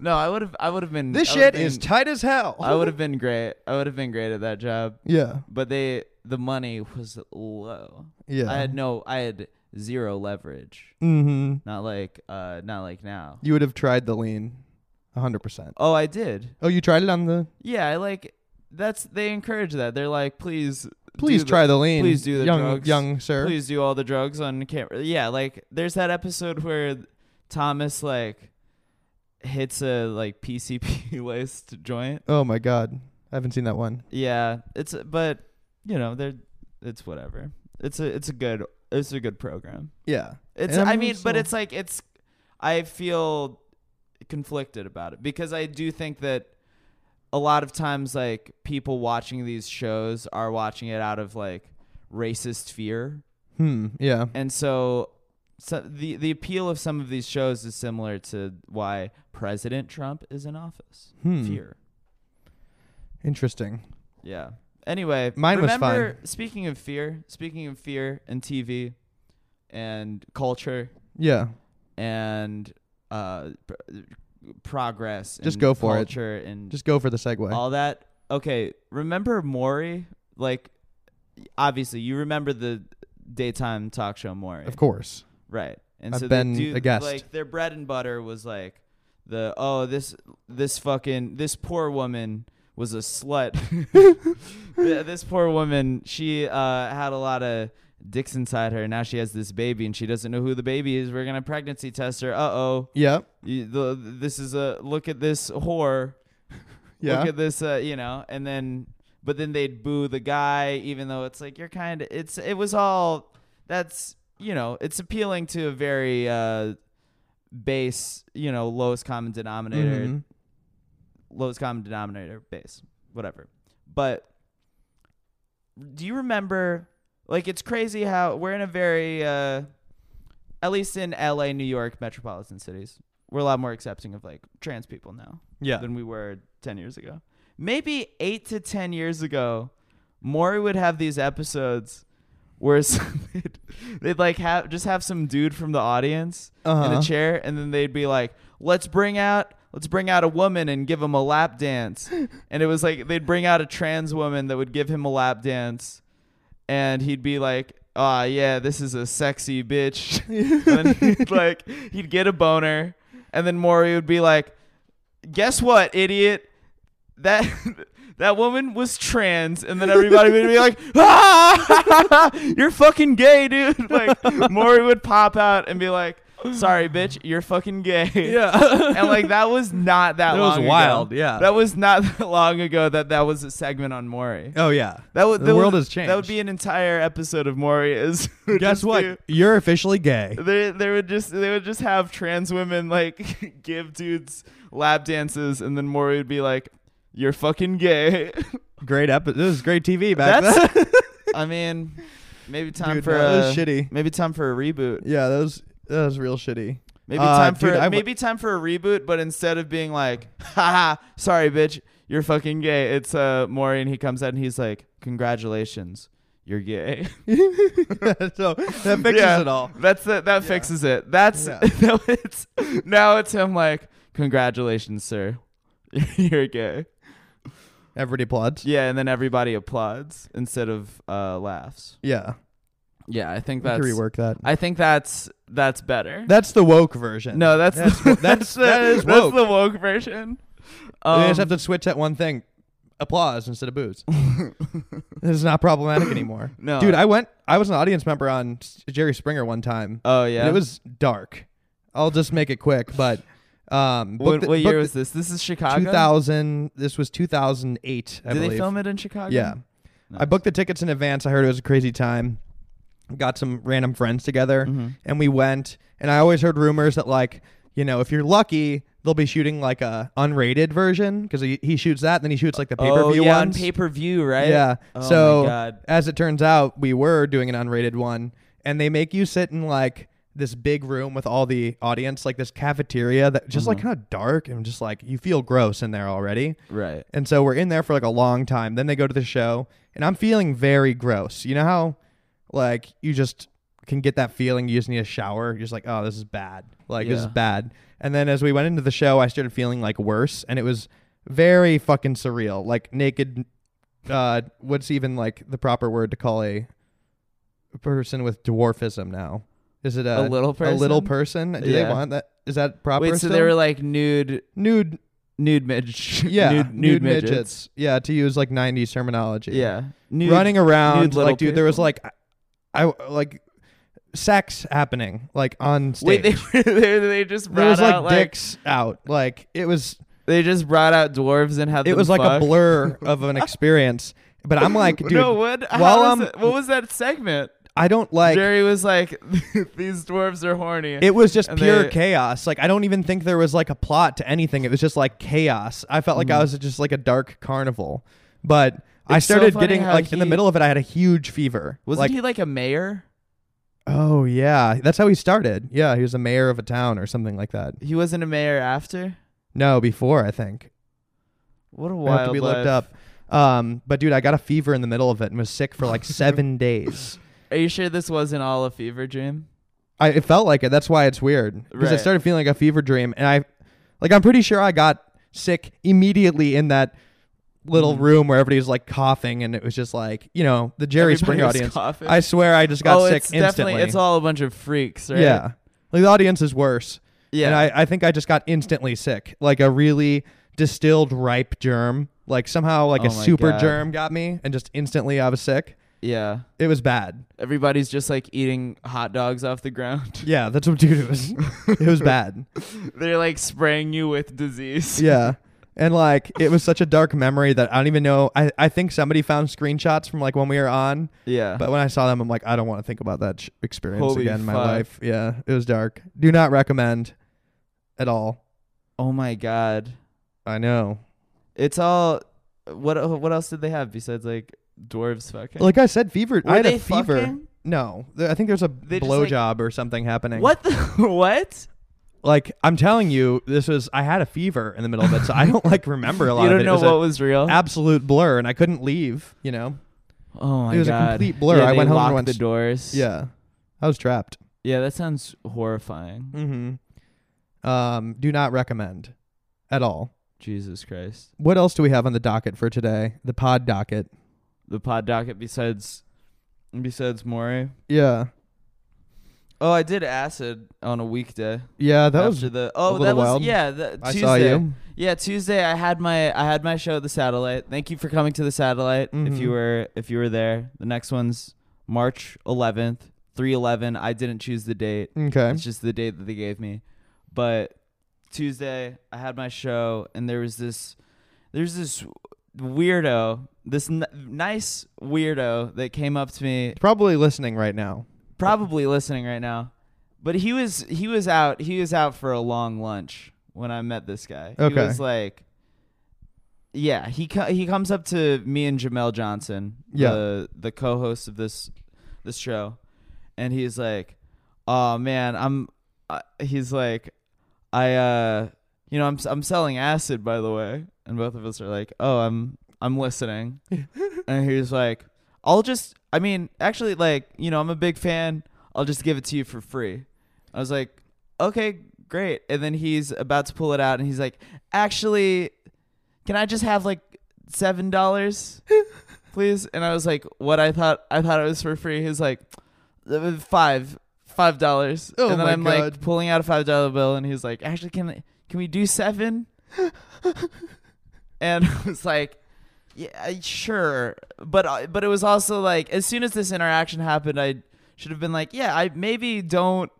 B: No, I would have I would have been
A: this
B: I would've
A: shit is
B: been-
A: tight as hell.
B: I would have been great. I would have been great at that job.
A: yeah.
B: But they the money was low.
A: Yeah.
B: I had no I had zero leverage.
A: mhm.
B: Not like uh not like now.
A: You would have tried the lean 100%.
B: Oh, I did.
A: Oh, you tried it on the
B: Yeah, I like that's they encourage that. They're like, please
A: Please
B: do
A: try the, lean.
B: please do the
A: young
B: drugs.
A: young sir.
B: please do all the drugs on camera. Yeah, like there's that episode where Thomas like hits a like PCP laced joint.
A: Oh my god. I haven't seen that one.
B: Yeah, it's but you know they're it's whatever. It's a it's a good it's a good program.
A: Yeah.
B: It's
A: And
B: I
A: I'm
B: mean, but
A: also-
B: it's like it's I feel conflicted about it because I do think that a lot of times like people watching these shows are watching it out of like racist fear.
A: Hmm. Yeah.
B: And so so the the appeal of some of these shows is similar to why President Trump is in office.
A: Hmm.
B: Fear.
A: Interesting.
B: Yeah. Anyway,
A: Mine was
B: remember, Speaking of fear, speaking of fear and TV and culture
A: Yeah.
B: and uh, pr- progress,
A: Just
B: and
A: go for it.
B: culture and
A: Just go for the segue.
B: all that. Okay, remember Maury? Like, obviously, you remember the daytime talk show Maury,
A: Of course.
B: right? And
A: I've
B: they
A: been
B: do-
A: a guest.
B: Like their bread and butter was like the oh this this fucking this poor woman was a slut. Th- this poor woman, she uh, had a lot of dicks inside her. Now she has this baby, and she doesn't know who the baby is. We're gonna pregnancy test her. Uh oh.
A: Yeah.
B: The, this is a look at this whore.
A: Yeah.
B: Look at this. Uh, you know, and then but then they'd boo the guy, even though it's like you're kind of. It's it was all that's you know it's appealing to a very uh, base you know lowest common denominator
A: Mhm.
B: lowest common denominator base whatever but do you remember like it's crazy how we're in a very uh at least in LA New York metropolitan cities we're a lot more accepting of like trans people now
A: Yeah.
B: than we were 10 years ago maybe 8 to 10 years ago Maury would have these episodes where some, they'd, they'd like have just have some dude from the audience in
A: Uh-huh.
B: a chair and then they'd be like let's bring out let's bring out a woman and give him a lap dance and it was like they'd bring out a trans woman that would give him a lap dance and he'd be like ah yeah this is a sexy bitch and then he'd like he'd get a boner and then Maury would be like guess what idiot that that woman was trans and then everybody would be like ah! you're fucking gay dude like Maury would pop out and be like sorry bitch you're fucking gay
A: Yeah.
B: and like that was not that
A: That was
B: long ago.
A: wild, yeah.
B: that was not that long ago that that was a segment on Maury
A: oh yeah.
B: that would
A: The
B: that
A: world
B: would-
A: has changed.
B: that would be an entire episode of Maury is would
A: Guess
B: just
A: what?
B: be-
A: You're officially gay.
B: they they would just they would just have trans women like give dudes lap dances, and then Maury would be like, "You're fucking gay."
A: Great episode. This is great TV back
B: That's-
A: then.
B: I mean, maybe time
A: Dude,
B: for
A: no,
B: a,
A: that was shitty.
B: Maybe time for a reboot.
A: Yeah, that was that was real shitty.
B: Maybe
A: Uh,
B: time for
A: dude, I w-
B: maybe time for a reboot, but instead of being like, "Haha, sorry, bitch, you're fucking gay," it's uh Maury, and he comes out and he's like, "Congratulations, you're gay."
A: so that fixes
B: Yeah,
A: it all.
B: That's the, that fixes it. That's
A: Yeah.
B: now it's now it's him like, congratulations, sir, you're gay.
A: Everybody applauds.
B: Yeah, and then everybody applauds instead of uh, laughs.
A: Yeah,
B: Yeah, I think
A: we can
B: that's.
A: rework that.
B: I think that's that's better.
A: That's the woke version.
B: no, that's
A: that's
B: the,
A: wo- that's-
B: the,
A: that is
B: that's
A: woke.
B: the woke version.
A: we
B: Um,
A: just have to switch that one thing: applause instead of booze. this is not problematic anymore.
B: No.
A: dude, I went. I was an audience member on S- Jerry Springer one time.
B: oh
A: and
B: yeah,
A: it was dark. I'll just make it quick, but um,
B: What,
A: booked it-
B: what year
A: booked
B: was this? This is Chicago.
A: Two thousand. This was two thousand eight. I
B: Did
A: believe.
B: they film it in Chicago?
A: Yeah. I
B: Nice.
A: booked the tickets in advance. I heard it was a crazy time. Got some random friends together
B: Mm-hmm.
A: and we went. And I always heard rumors that, like, you know, if you're lucky, they'll be shooting like a unrated version because he, he shoots that and then he shoots like the pay per
B: oh
A: view
B: yeah,
A: ones.
B: on pay per view, right?
A: Yeah.
B: Oh
A: so
B: my god.
A: as it turns out, we were doing an unrated one, and they make you sit in like this big room with all the audience, like this cafeteria that just
B: Mm-hmm.
A: like kind of dark and just like you feel gross in there already.
B: Right.
A: And so we're in there for like a long time. Then they go to the show, and I'm feeling very gross. You know how, like, you just can get that feeling. You just need a shower. You're just like, oh, this is bad. Like, this is
B: Yeah.
A: bad. And then as we went into the show, I started feeling like worse, and it was very fucking surreal. Like naked. Uh, what's even like the proper word to call a person with dwarfism now? Is it a,
B: A little
A: A little person?
B: person?
A: Do they
B: Yeah.
A: want that? Is that proper?
B: Wait, so
A: still?
B: they were like nude
A: nude
B: nude midgets.
A: yeah,
B: nude, nude, midgets.
A: Yeah, to use like '90s terminology.
B: Yeah, nude,
A: running
B: nude
A: around
B: little
A: like, dude, there was
B: people.
A: like, I like, sex happening like on stage.
B: Wait, they, they they just brought
A: there was like
B: out
A: dicks out. Like it was,
B: They just brought out dwarves and had.
A: it
B: them
A: was like
B: fuck.
A: a blur of an experience. But I'm like, dude,
B: no, what? how
A: while
B: was
A: I'm-
B: it- what was that segment?
A: I don't like.
B: Jerry was like, "These dwarves are horny."
A: It was just
B: And
A: pure
B: they-
A: chaos. Like I don't even think there was like a plot to anything. It was just like chaos. I felt like I was just like a dark carnival. But I
B: Mm. It's so
A: started
B: funny
A: getting
B: how
A: like in the
B: he-
A: middle of it. I had a huge fever.
B: Wasn't
A: like,
B: he like a mayor?
A: Oh yeah, that's how he started. Yeah, he was the mayor of a town or something like that.
B: He wasn't a mayor after.
A: No, before I think.
B: What a
A: I
B: wild
A: have to be looked
B: life.
A: up. Um, but dude, I got a fever in the middle of it and was sick for like seven days.
B: Are you sure this wasn't all a fever dream?
A: I it felt like it. That's why it's weird because I
B: Right.
A: started feeling like a fever dream, and I, like, I'm pretty sure I got sick immediately in that
B: Mm-hmm.
A: little room where everybody's like coughing, and it was just like you know the Jerry
B: Everybody
A: Springer
B: was
A: audience.
B: coughing.
A: I swear, I just got
B: oh,
A: sick
B: it's
A: instantly.
B: definitely it's all a bunch of freaks, right?
A: Yeah, like the audience is worse.
B: yeah.
A: And I, I think I just got instantly sick, like a really distilled ripe germ. Like somehow, like a
B: Oh my
A: super
B: God.
A: germ got me, and just instantly I was sick.
B: yeah.
A: It was bad.
B: Everybody's just like eating hot dogs off the ground.
A: Yeah, that's what dude it was. it was bad.
B: They're like spraying you with disease.
A: Yeah. And like it was such a dark memory that I don't even know. I, I think somebody found screenshots from like when we were on,
B: Yeah.
A: but when I saw them, I'm like, I don't want to think about that sh- experience
B: Holy
A: again in my
B: fuck.
A: life. Yeah, it was dark. Do not recommend at all.
B: oh my god.
A: I know.
B: It's all what what else did they have besides like dwarves fucking?
A: Like I said, fever.
B: Were
A: I had
B: they
A: a fever.
B: fucking?
A: No, Th- I think there's a
B: They just, like-
A: blowjob or something happening.
B: What the what?
A: Like I'm telling you, this was. I had a fever in the middle of it, so I don't like remember a lot
B: You
A: of
B: don't
A: it.
B: know
A: it was
B: what
A: an
B: was real?
A: absolute blur, and I couldn't leave. You know.
B: oh my god.
A: it was a complete blur.
B: Yeah,
A: I
B: they
A: went home and
B: locked
A: went
B: the
A: s-
B: doors.
A: Yeah, I was trapped.
B: Yeah, that sounds horrifying.
A: Mm-hmm. Um, do not recommend at all.
B: Jesus Christ.
A: What else do we have on the docket for today? The pod docket.
B: The pod docket besides besides Maury.
A: Yeah,
B: Oh, I did acid on a weekday.
A: yeah, that
B: after
A: was.
B: the oh
A: little
B: that was
A: wild.
B: yeah the,
A: I
B: Tuesday.
A: saw you.
B: Yeah, Tuesday I had my I had my show at the Satellite. Thank you for coming to the Satellite. If
A: Mhm.
B: you were if you were there, the next one's March 11th, 311. I didn't choose the date.
A: Okay.
B: It's just the date that they gave me. But Tuesday I had my show and there was this there's this weirdo, this n- nice weirdo that came up to me,
A: Probably listening right now.
B: probably listening right now. But he was he was out he was out for a long lunch when I met this guy. He
A: Okay.
B: was like yeah, he co- he comes up to me and Jamel Johnson,
A: Yeah.
B: the the co-host of this this show, and he's like, "Oh man, I'm," uh, he's like, "I uh, you know, I'm s- I'm selling acid, by the way," and both of us are like, "Oh, I'm I'm listening," and he's like, "I'll just, I mean, actually, like, you know, I'm a big fan. I'll just give it to you for free." I was like, "Okay." Great. And then he's about to pull it out and he's like, actually, can I just have like seven dollars, please? And I was like, what? I thought I thought it was for free. He's like, "Uh, five, five dollars.
A: Oh
B: and then
A: my
B: I'm
A: God.
B: like pulling out a five dollar bill, and he's like, actually, can I- can we do seven? and I was like, yeah, I- sure, but I- but it was also like, as soon as this interaction happened, I should have been like, yeah, I maybe don't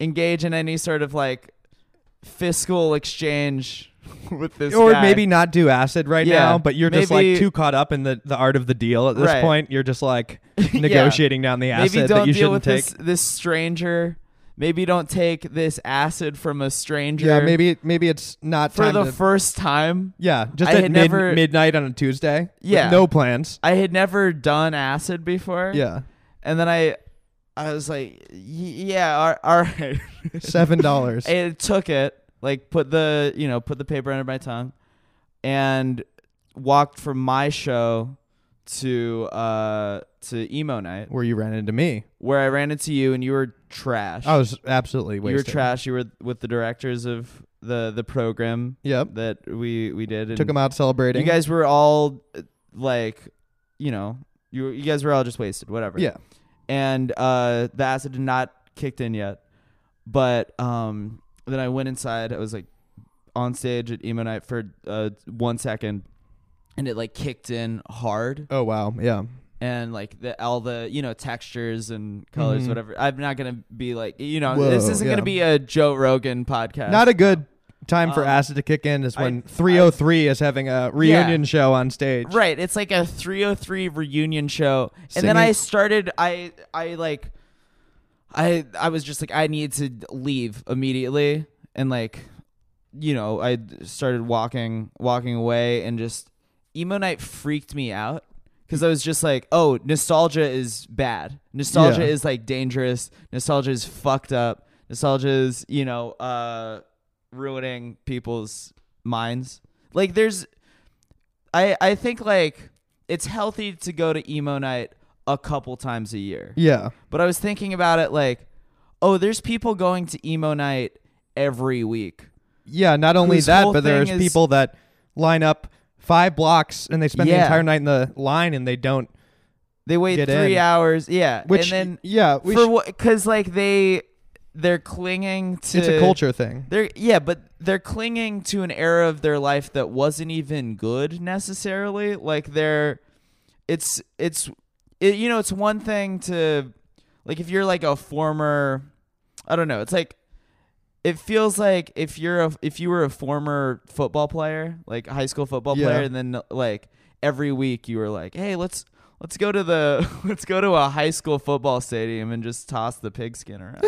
B: engage in any sort of like fiscal exchange with this
A: or
B: guy.
A: maybe not do acid right
B: Yeah,
A: now, but you're just like
B: maybe-
A: too caught up in the, the art of the deal at this
B: Right.
A: point. You're just like
B: Yeah.
A: negotiating down the acid
B: maybe
A: that
B: don't
A: you shouldn't
B: deal with
A: take.
B: this this stranger. Maybe don't take this acid from a stranger.
A: Yeah, maybe maybe it's not
B: for
A: time
B: the
A: to-
B: first time.
A: yeah, just
B: I
A: at
B: had
A: mid-
B: never-
A: midnight on a Tuesday. with
B: Yeah.
A: no plans.
B: I had never done acid before.
A: Yeah,
B: and then I, I was like, y- yeah, all, all right.
A: seven dollars.
B: I took it, like put the you know put the paper under my tongue, and walked from my show to uh to emo night
A: where you ran into me,
B: where I ran into you and you were trash.
A: I was absolutely
B: you were
A: Oh, wasted.
B: trash. You were with the directors of the the program
A: Yep,
B: that we we did. And
A: took him out celebrating.
B: You guys were all uh, like, you know, you you guys were all just wasted. Whatever
A: yeah,
B: and uh, the acid had not kicked in yet. But um, then I went inside. I was like on stage at emo night for uh, one second, and it like kicked in hard,
A: oh wow, yeah,
B: and like the all the you know textures and colors,
A: Mhm.
B: whatever. I'm not gonna be like you know
A: Whoa,
B: this isn't
A: yeah.
B: gonna be a Joe Rogan podcast.
A: not a good. Time for
B: Um,
A: acid to kick in is
B: I-
A: when 303 is having a reunion show on stage.
B: Right, it's like a 303 reunion show. And
A: Singing-
B: then I started I I like I I was just like I need to leave immediately and like you know, I started walking walking away and just emo night freaked me out cuz I was just like, "Oh, nostalgia is bad. Nostalgia
A: Yeah.
B: is like dangerous. Nostalgia is fucked up. Nostalgia is, you know, uh ruining people's minds. Like there's I I think like it's healthy to go to emo night a couple times a year.
A: Yeah,
B: But I was thinking about it like, oh, there's people going to emo night every week.
A: Yeah, not only
B: whose
A: that,
B: whole
A: but there's
B: thing is-
A: people that line up five blocks and they spend the
B: Yeah.
A: entire night in the line and they don't.
B: They wait
A: Get
B: three
A: in.
B: hours, yeah,
A: Which
B: and then
A: yeah, we
B: for
A: sh-
B: what? Because like they they're clinging to
A: it's a culture thing.
B: They're yeah, but they're clinging to an era of their life that wasn't even good necessarily. Like they're, it's it's, it, you know, it's one thing to, like, if you're like a former, I don't know, it's like, it feels like if you're a if you were a former football player, like high school football
A: Yeah.
B: player, and then like every week you were like, hey, let's let's go to the let's go to a high school football stadium and just toss the pigskin around.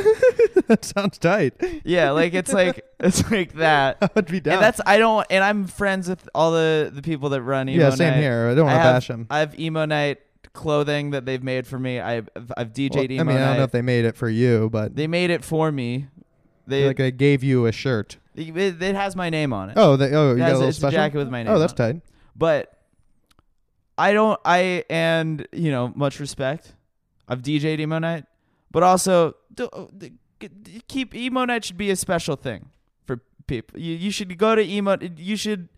A: that sounds tight.
B: yeah, like it's like it's like that.
A: I would be down.
B: And that's I don't and I'm friends with all the the people that run emo
A: yeah, same
B: night.
A: here. I don't want to
B: have,
A: bash them.
B: I have emo night clothing that they've made for me. I've I've DJ'd
A: Well, I
B: emo
A: mean, I
B: night.
A: don't know if they made it for you, but
B: they made it for me. They
A: like they gave you a shirt.
B: it, it has my name on it.
A: Oh, they, oh, you
B: it
A: got a
B: has,
A: little
B: it's
A: special.
B: a jacket with my name.
A: oh, that's
B: on it.
A: tight.
B: But I don't. I and you know much respect. I've DJ'd emo night, but also do, d- g- keep emo night should be a special thing for people. You you should go to emo. You should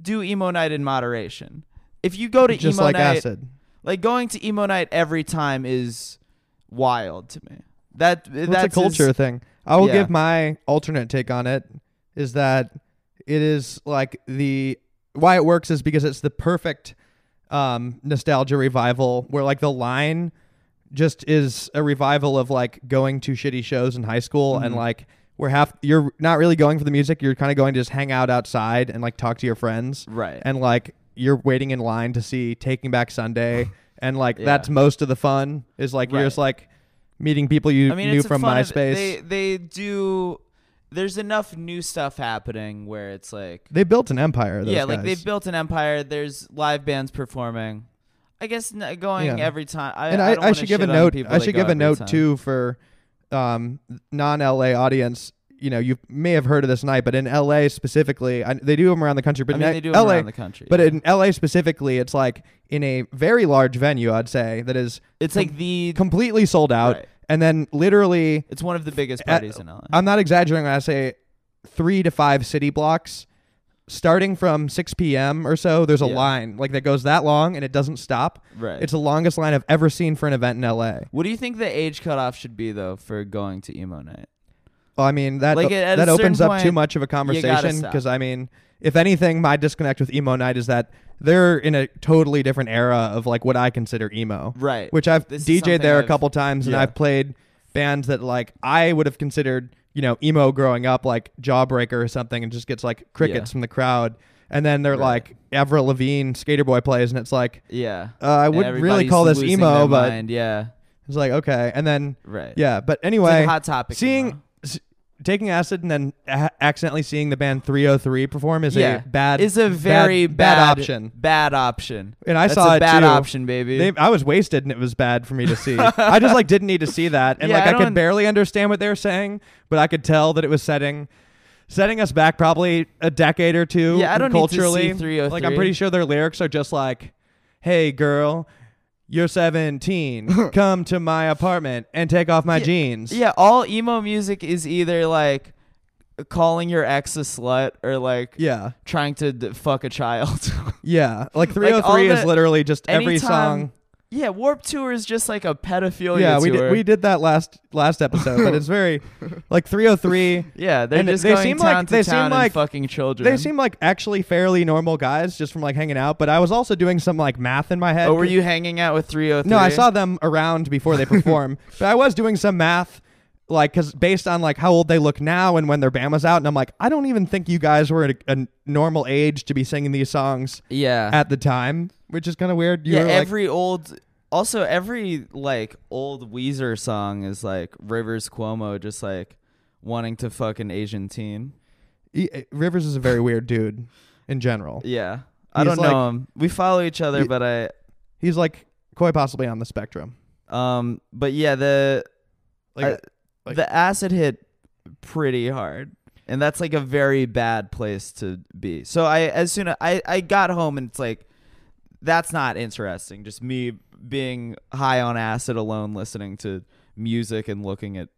B: do emo night in moderation. If you go to
A: Just
B: emo
A: like
B: night,
A: acid.
B: like going to emo night every time is wild to me. That
A: That's
B: that's
A: a culture
B: as-
A: thing. I will
B: yeah.
A: give my alternate take on it is that it is like the why it works is because it's the perfect um, nostalgia revival where like the line just is a revival of like going to shitty shows in high school and
B: Mhm.
A: like we're half you're not really going for the music you're kind of going to just hang out outside and like talk to your friends
B: right.
A: and like you're waiting in line to see Taking Back Sunday, and like
B: Yeah.
A: that's most of the fun is like you're
B: Right.
A: just like meeting people you
B: I mean,
A: knew
B: it's a
A: from
B: fun-
A: MySpace.
B: They
A: They,
B: they do. There's enough new stuff happening where it's like
A: built an empire. Those
B: yeah, like
A: guys.
B: they've built an empire. There's live bands performing. I guess n- going
A: Yeah.
B: every time. I,
A: and I,
B: don't
A: I,
B: wanna
A: should give a
B: shit on
A: note.
B: people
A: I
B: that
A: should
B: go
A: give a
B: every
A: note
B: time.
A: too for um, non-LA audience. You know, you may have heard of this night, but in LA specifically, I, they do them around the country. But
B: I
A: in
B: mean, they do 'em
A: LA,
B: around the country.
A: but in LA specifically, it's like in a very large venue, I'd say that is
B: it's like the
A: completely sold out,
B: Right.
A: and then literally
B: it's one of the biggest
A: At-
B: parties in LA.
A: I'm not exaggerating when I say three to five city blocks, starting from 6 p.m. or so. There's a
B: Yeah.
A: line like that goes that long and it doesn't stop.
B: right.
A: It's the longest line I've ever seen for an event in LA.
B: what do you think the age cutoff should be though for going to emo night?
A: Well, I mean that
B: Like, at- at
A: that
B: a
A: opens
B: certain
A: up too
B: point,
A: much of a conversation
B: stop.
A: because I mean, if anything, my disconnect with emo night is that they're in a totally different era of like what I consider emo.
B: Right.
A: which I've
B: This is
A: DJ'd
B: something
A: there a
B: I've-
A: couple times, and
B: Yeah.
A: I've played bands that like I would have considered, you know, emo growing up, like Jawbreaker or something, and just gets like crickets
B: Yeah.
A: from the crowd. And then they're
B: Right.
A: like Avril Lavigne, Skater Boy plays, and it's like
B: yeah.
A: uh, I
B: And
A: wouldn't really
B: everybody's
A: call this
B: losing
A: emo,
B: their
A: but
B: mind. yeah.
A: it's like okay. And then
B: Right.
A: yeah, but
B: It's like
A: anyway,
B: a hot topic.
A: seeing
B: emo.
A: s- taking acid and then a- accidentally seeing the band 303 perform is
B: yeah.
A: a bad
B: is a
A: bad-
B: very
A: bad, option.
B: Bad option.
A: And I
B: That's
A: saw
B: a
A: it
B: bad
A: too.
B: option, baby.
A: They, I was wasted and it was bad for me to see. I just like didn't need to see that, and
B: Yeah,
A: like
B: I
A: I, could
B: don't-
A: barely understand what they were saying, but I could tell that it was setting setting us back probably a decade or two.
B: Yeah, I
A: in
B: don't need to see
A: culturally.
B: 303.
A: Like I'm pretty sure their lyrics are just like, "Hey girl, you're 17. Come to my apartment and take off my
B: Yeah,
A: jeans."
B: yeah, all emo music is either like calling your ex a slut or like
A: yeah,
B: trying to d- fuck a child.
A: yeah. Like
B: all
A: 303 is
B: the-
A: literally just every
B: anytime- Oh,
A: song.
B: yeah, Warp Tour is just like a pedophilia
A: yeah, we
B: tour.
A: did we did that last last episode, but it's very like 303.
B: yeah, they're
A: and
B: just
A: they
B: going
A: seem
B: town
A: like-
B: to
A: they
B: town
A: seem
B: and
A: like-
B: fucking children.
A: They seem like actually fairly normal guys just from like hanging out, but I was also doing some like math in my head.
B: Oh, were you hanging out with 303?
A: No, I saw them around before they perform, but I was doing some math like cuz based on like how old they look now and when their band was out and I'm like, I don't even think you guys were at a, a normal age to be singing these songs
B: Yeah.
A: at the time, which is kind of weird. You
B: yeah,
A: were, like-
B: every old also every like old Weezer song is like Rivers Cuomo just like wanting to fuck an Asian teen.
A: E- eh, Rivers is a very weird dude in general.
B: Yeah. I
A: He's
B: don't know him. We follow each other,
A: Ye-
B: but I
A: He's like quite possibly on the spectrum.
B: um but yeah, the
A: Like
B: I-
A: like-
B: the acid hit pretty hard. And that's like a very bad place to be. So I as soon as I, I got home and it's like that's not interesting. Just me being high on acid alone listening to music and looking at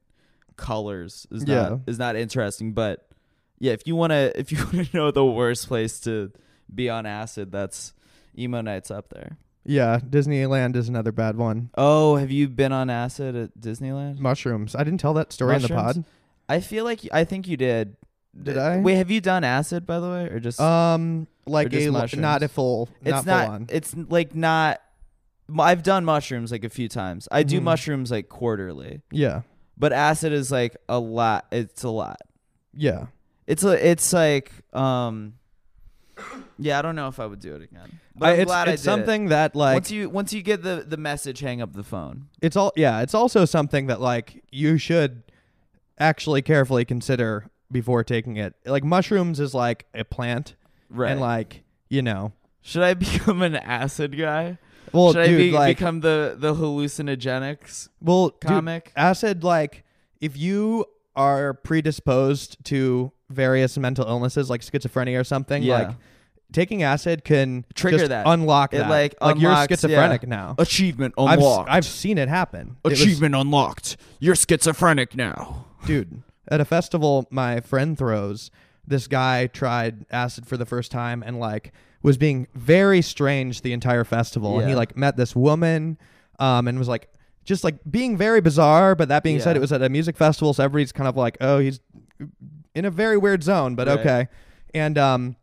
B: colors is
A: Yeah.
B: not is not interesting. But yeah, if you wanna if you wanna know the worst place to be on acid, that's emo nights up there.
A: yeah, Disneyland is another bad one.
B: Oh, have you been on acid at Disneyland?
A: Mushrooms. I didn't tell that story in the
B: Mushrooms?
A: pod.
B: I feel like I think you did. Uh,
A: Did I?
B: Wait, have you done acid by the way, or just?
A: Um, like
B: just
A: a l-
B: mushrooms.
A: not a full,
B: it's
A: not, full on.
B: It's like not. m- I've done mushrooms like a few times. I do
A: Mhm.
B: mushrooms like quarterly,
A: Yeah,
B: but acid is like a lot. It's a lot.
A: Yeah.
B: It's a, it's like um yeah, I don't know if I would do it again. But
A: I-
B: I'm
A: it's
B: glad I
A: it's
B: did it.
A: something that like
B: once you once you get the the message, hang up the phone.
A: it's all yeah, it's also something that like you should actually carefully consider before taking it. Like mushrooms is like a plant
B: Right.
A: and like, you know,
B: should I become an acid guy?
A: well,
B: should
A: dude,
B: I be,
A: like
B: become the the hallucinogenics
A: well, dude,
B: comic?
A: acid like if you are predisposed to various mental illnesses like schizophrenia or something
B: Yeah.
A: like taking acid can
B: Trigger
A: just
B: that.
A: unlock
B: It,
A: that
B: like, unlocks-
A: you're schizophrenic
B: yeah.
A: now
B: Achievement
A: I've, s- I've seen it happen It was-
B: unlocked. You're schizophrenic now.
A: dude at a festival my friend throws this guy tried acid for the first time and like was being very strange the entire festival and he
B: Yeah.
A: like met this woman um and was like just like being very bizarre but that being said
B: Yeah.
A: it was at a music festival so everybody's kind of like oh he's in a very weird zone but
B: Right.
A: okay and um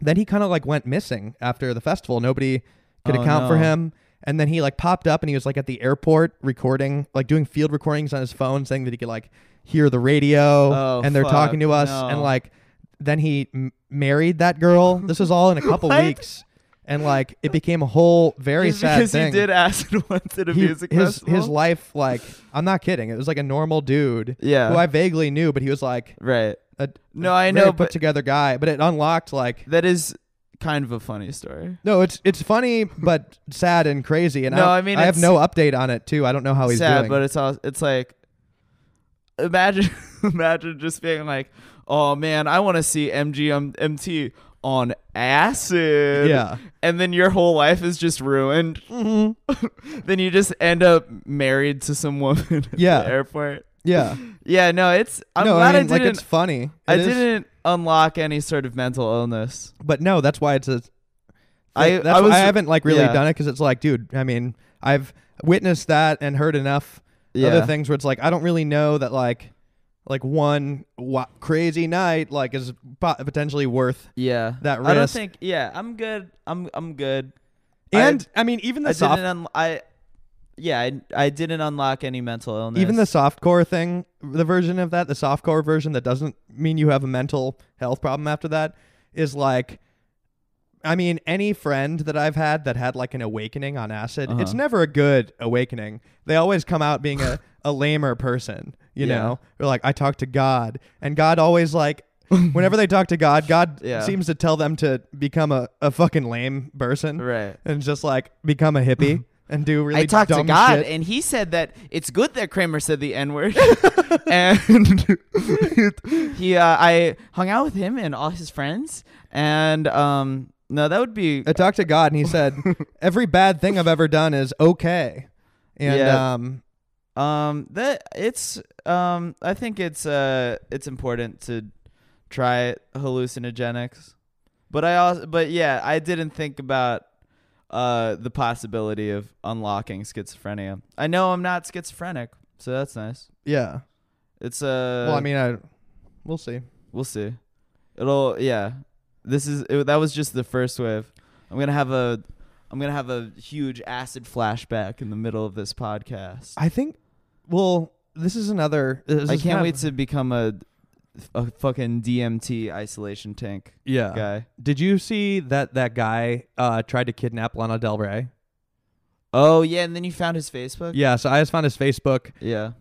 A: then he kind of like went missing after the festival nobody could
B: Oh,
A: account for
B: no.
A: him and then he like popped up and he was like at the airport recording like doing field recordings on his phone saying that he could like hear the radio
B: Oh,
A: and they're
B: fuck,
A: talking to us
B: no.
A: and like then he m- married that girl this was all in a couple
B: What?
A: weeks and like it became a whole very
B: Just
A: sad
B: because
A: thing
B: he did acid once at a
A: He-
B: music
A: his,
B: festival.
A: his life like i'm not kidding it was like a normal dude
B: Yeah.
A: who i vaguely knew but he was like
B: right.
A: a
B: No, I
A: very
B: know,
A: put
B: but
A: together guy but it unlocked like
B: that is kind of a funny story.
A: no, it's it's funny but sad and crazy, and
B: No,
A: I,
B: I mean,
A: I have
B: it's-
A: no update on it too. I don't know how he's
B: Sad,
A: doing.
B: but it's all it's like imagine imagine just being like, oh man, I want to see MGMT on acid.
A: Yeah.
B: And then your whole life is just ruined.
A: Mm-hmm.
B: then you just end up married to some woman at
A: Yeah.
B: the airport.
A: yeah,
B: Yeah, no, it's I'm
A: no,
B: glad
A: I
B: I,
A: mean, like
B: didn't
A: it's funny.
B: I
A: It is-
B: didn't unlock any sort of mental illness.
A: but no, that's why it's a.
B: I-
A: that's
B: I was-
A: why I haven't like really
B: yeah.
A: done it because it's like, dude. I mean, I've witnessed that and heard enough other
B: Yeah.
A: things where it's like I don't really know that like, like one wa- crazy night like is po- potentially worth.
B: Yeah.
A: That
B: I don't
A: risk.
B: think yeah, I'm good. I'm I'm good. I-
A: And I, mean, even
B: I
A: the
B: didn't
A: soft,
B: un- I yeah, I, I didn't unlock any mental illness.
A: even the soft core thing, the version of that, the soft core version that doesn't mean you have a mental health problem after that, is like. I mean, any friend that I've had that had like an awakening on acid,
B: Uh-huh.
A: it's never a good awakening. They always come out being a, a lamer person, you
B: Yeah.
A: know? They're like, I talk to God. And God always like, whenever they talk to God, God
B: Yeah.
A: seems to tell them to become a, a fucking lame person
B: right.
A: and just like become a hippie and do really
B: I talked to
A: dumb
B: God
A: shit.
B: and he said that it's good that Kramer said the N word. and he uh, I hung out with him and all his friends and um no, that would be
A: I talked to God and he said, every bad thing I've ever done is okay. And
B: Yeah.
A: um,
B: Um, that it's um, I think it's uh, it's important to try hallucinogenics, but I also, but yeah, I didn't think about uh the possibility of unlocking schizophrenia. I know I'm not schizophrenic, so that's nice.
A: yeah.
B: It's uh,
A: well, I mean, I we'll see.
B: we'll see. It'll yeah. This is it, that was just the first wave. I'm gonna have a. I'm gonna have a huge acid flashback in the middle of this podcast.
A: I think, well, this is another. This
B: I
A: is
B: can't
A: kind
B: wait
A: of-
B: to become a a fucking DMT isolation tank
A: Yeah.
B: guy.
A: Did you see that that guy uh, tried to kidnap Lana Del Rey?
B: Oh yeah, and then you found his Facebook.
A: Yeah. So I just found his Facebook,
B: Yeah.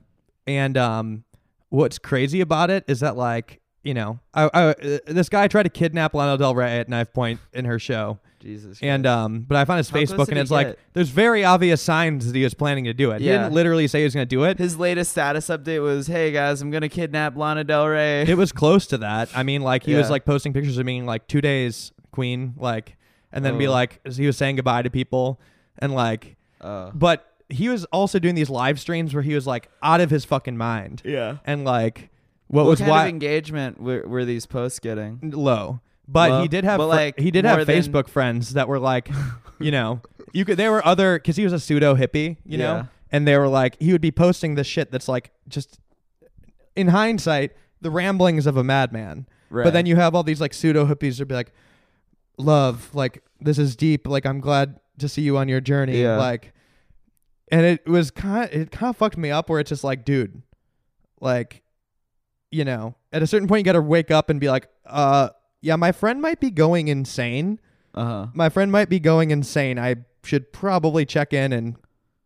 A: and um, what's crazy about it is that like you know, I, I uh, this guy tried to kidnap Lana Del Rey at knife point in her show,
B: Jesus.
A: and
B: Christ.
A: um, but I found his
B: How close
A: Facebook,
B: did
A: and
B: he
A: it's like
B: get?
A: there's very obvious signs that he was planning to do it. He
B: Yeah.
A: didn't literally say he was going to do it.
B: his latest status update was, "Hey guys, I'm gonna kidnap Lana Del Rey."
A: it was close to that. I mean, like he was
B: Yeah.
A: like posting pictures of being like two days queen, like, and then be
B: Oh.
A: like he was saying goodbye to people, and like,
B: oh.
A: but he was also doing these live streams where he was like out of his fucking mind,
B: Yeah.
A: and like what
B: What
A: was
B: kind
A: why
B: of engagement were, were these posts getting?
A: low, but
B: Low?
A: he did have
B: But,
A: fr-
B: like,
A: he did have
B: more than-
A: Facebook friends that were like, you know, you could there were other because he was a pseudo hippie, you know,
B: Yeah.
A: and they were like he would be posting this shit that's like just in hindsight the ramblings of a madman.
B: Right.
A: But then you have all these like pseudo hippies that be like, love, like this is deep. Like I'm glad to see you on your journey.
B: Yeah.
A: Like, and it was kind, it kind of fucked me up where it's just like, dude, like, you know, at a certain point, you got to wake up and be like, uh, yeah, my friend might be going insane.
B: Uh huh.
A: My friend might be going insane. I should probably check in and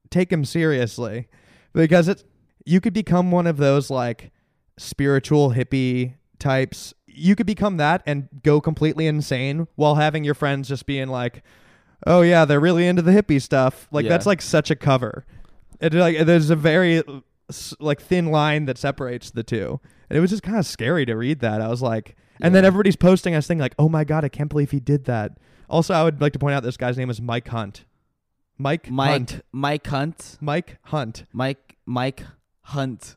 A: take him seriously because it's, you could become one of those like spiritual hippie types. You could become that and go completely insane while having your friends just being like, oh, yeah, they're really into the hippie stuff. Like,
B: Yeah.
A: that's like such a cover. It, like, there's a very s- like thin line that separates the two. And it was just kind of scary to read that. I was like, and then
B: Yeah.
A: everybody's posting us thing like, oh my god, I can't believe he did that. Also, I would like to point out this guy's name is Mike Hunt. Mike,
B: Mike
A: Hunt.
B: Mike Hunt.
A: Mike Hunt.
B: Mike Mike Hunt.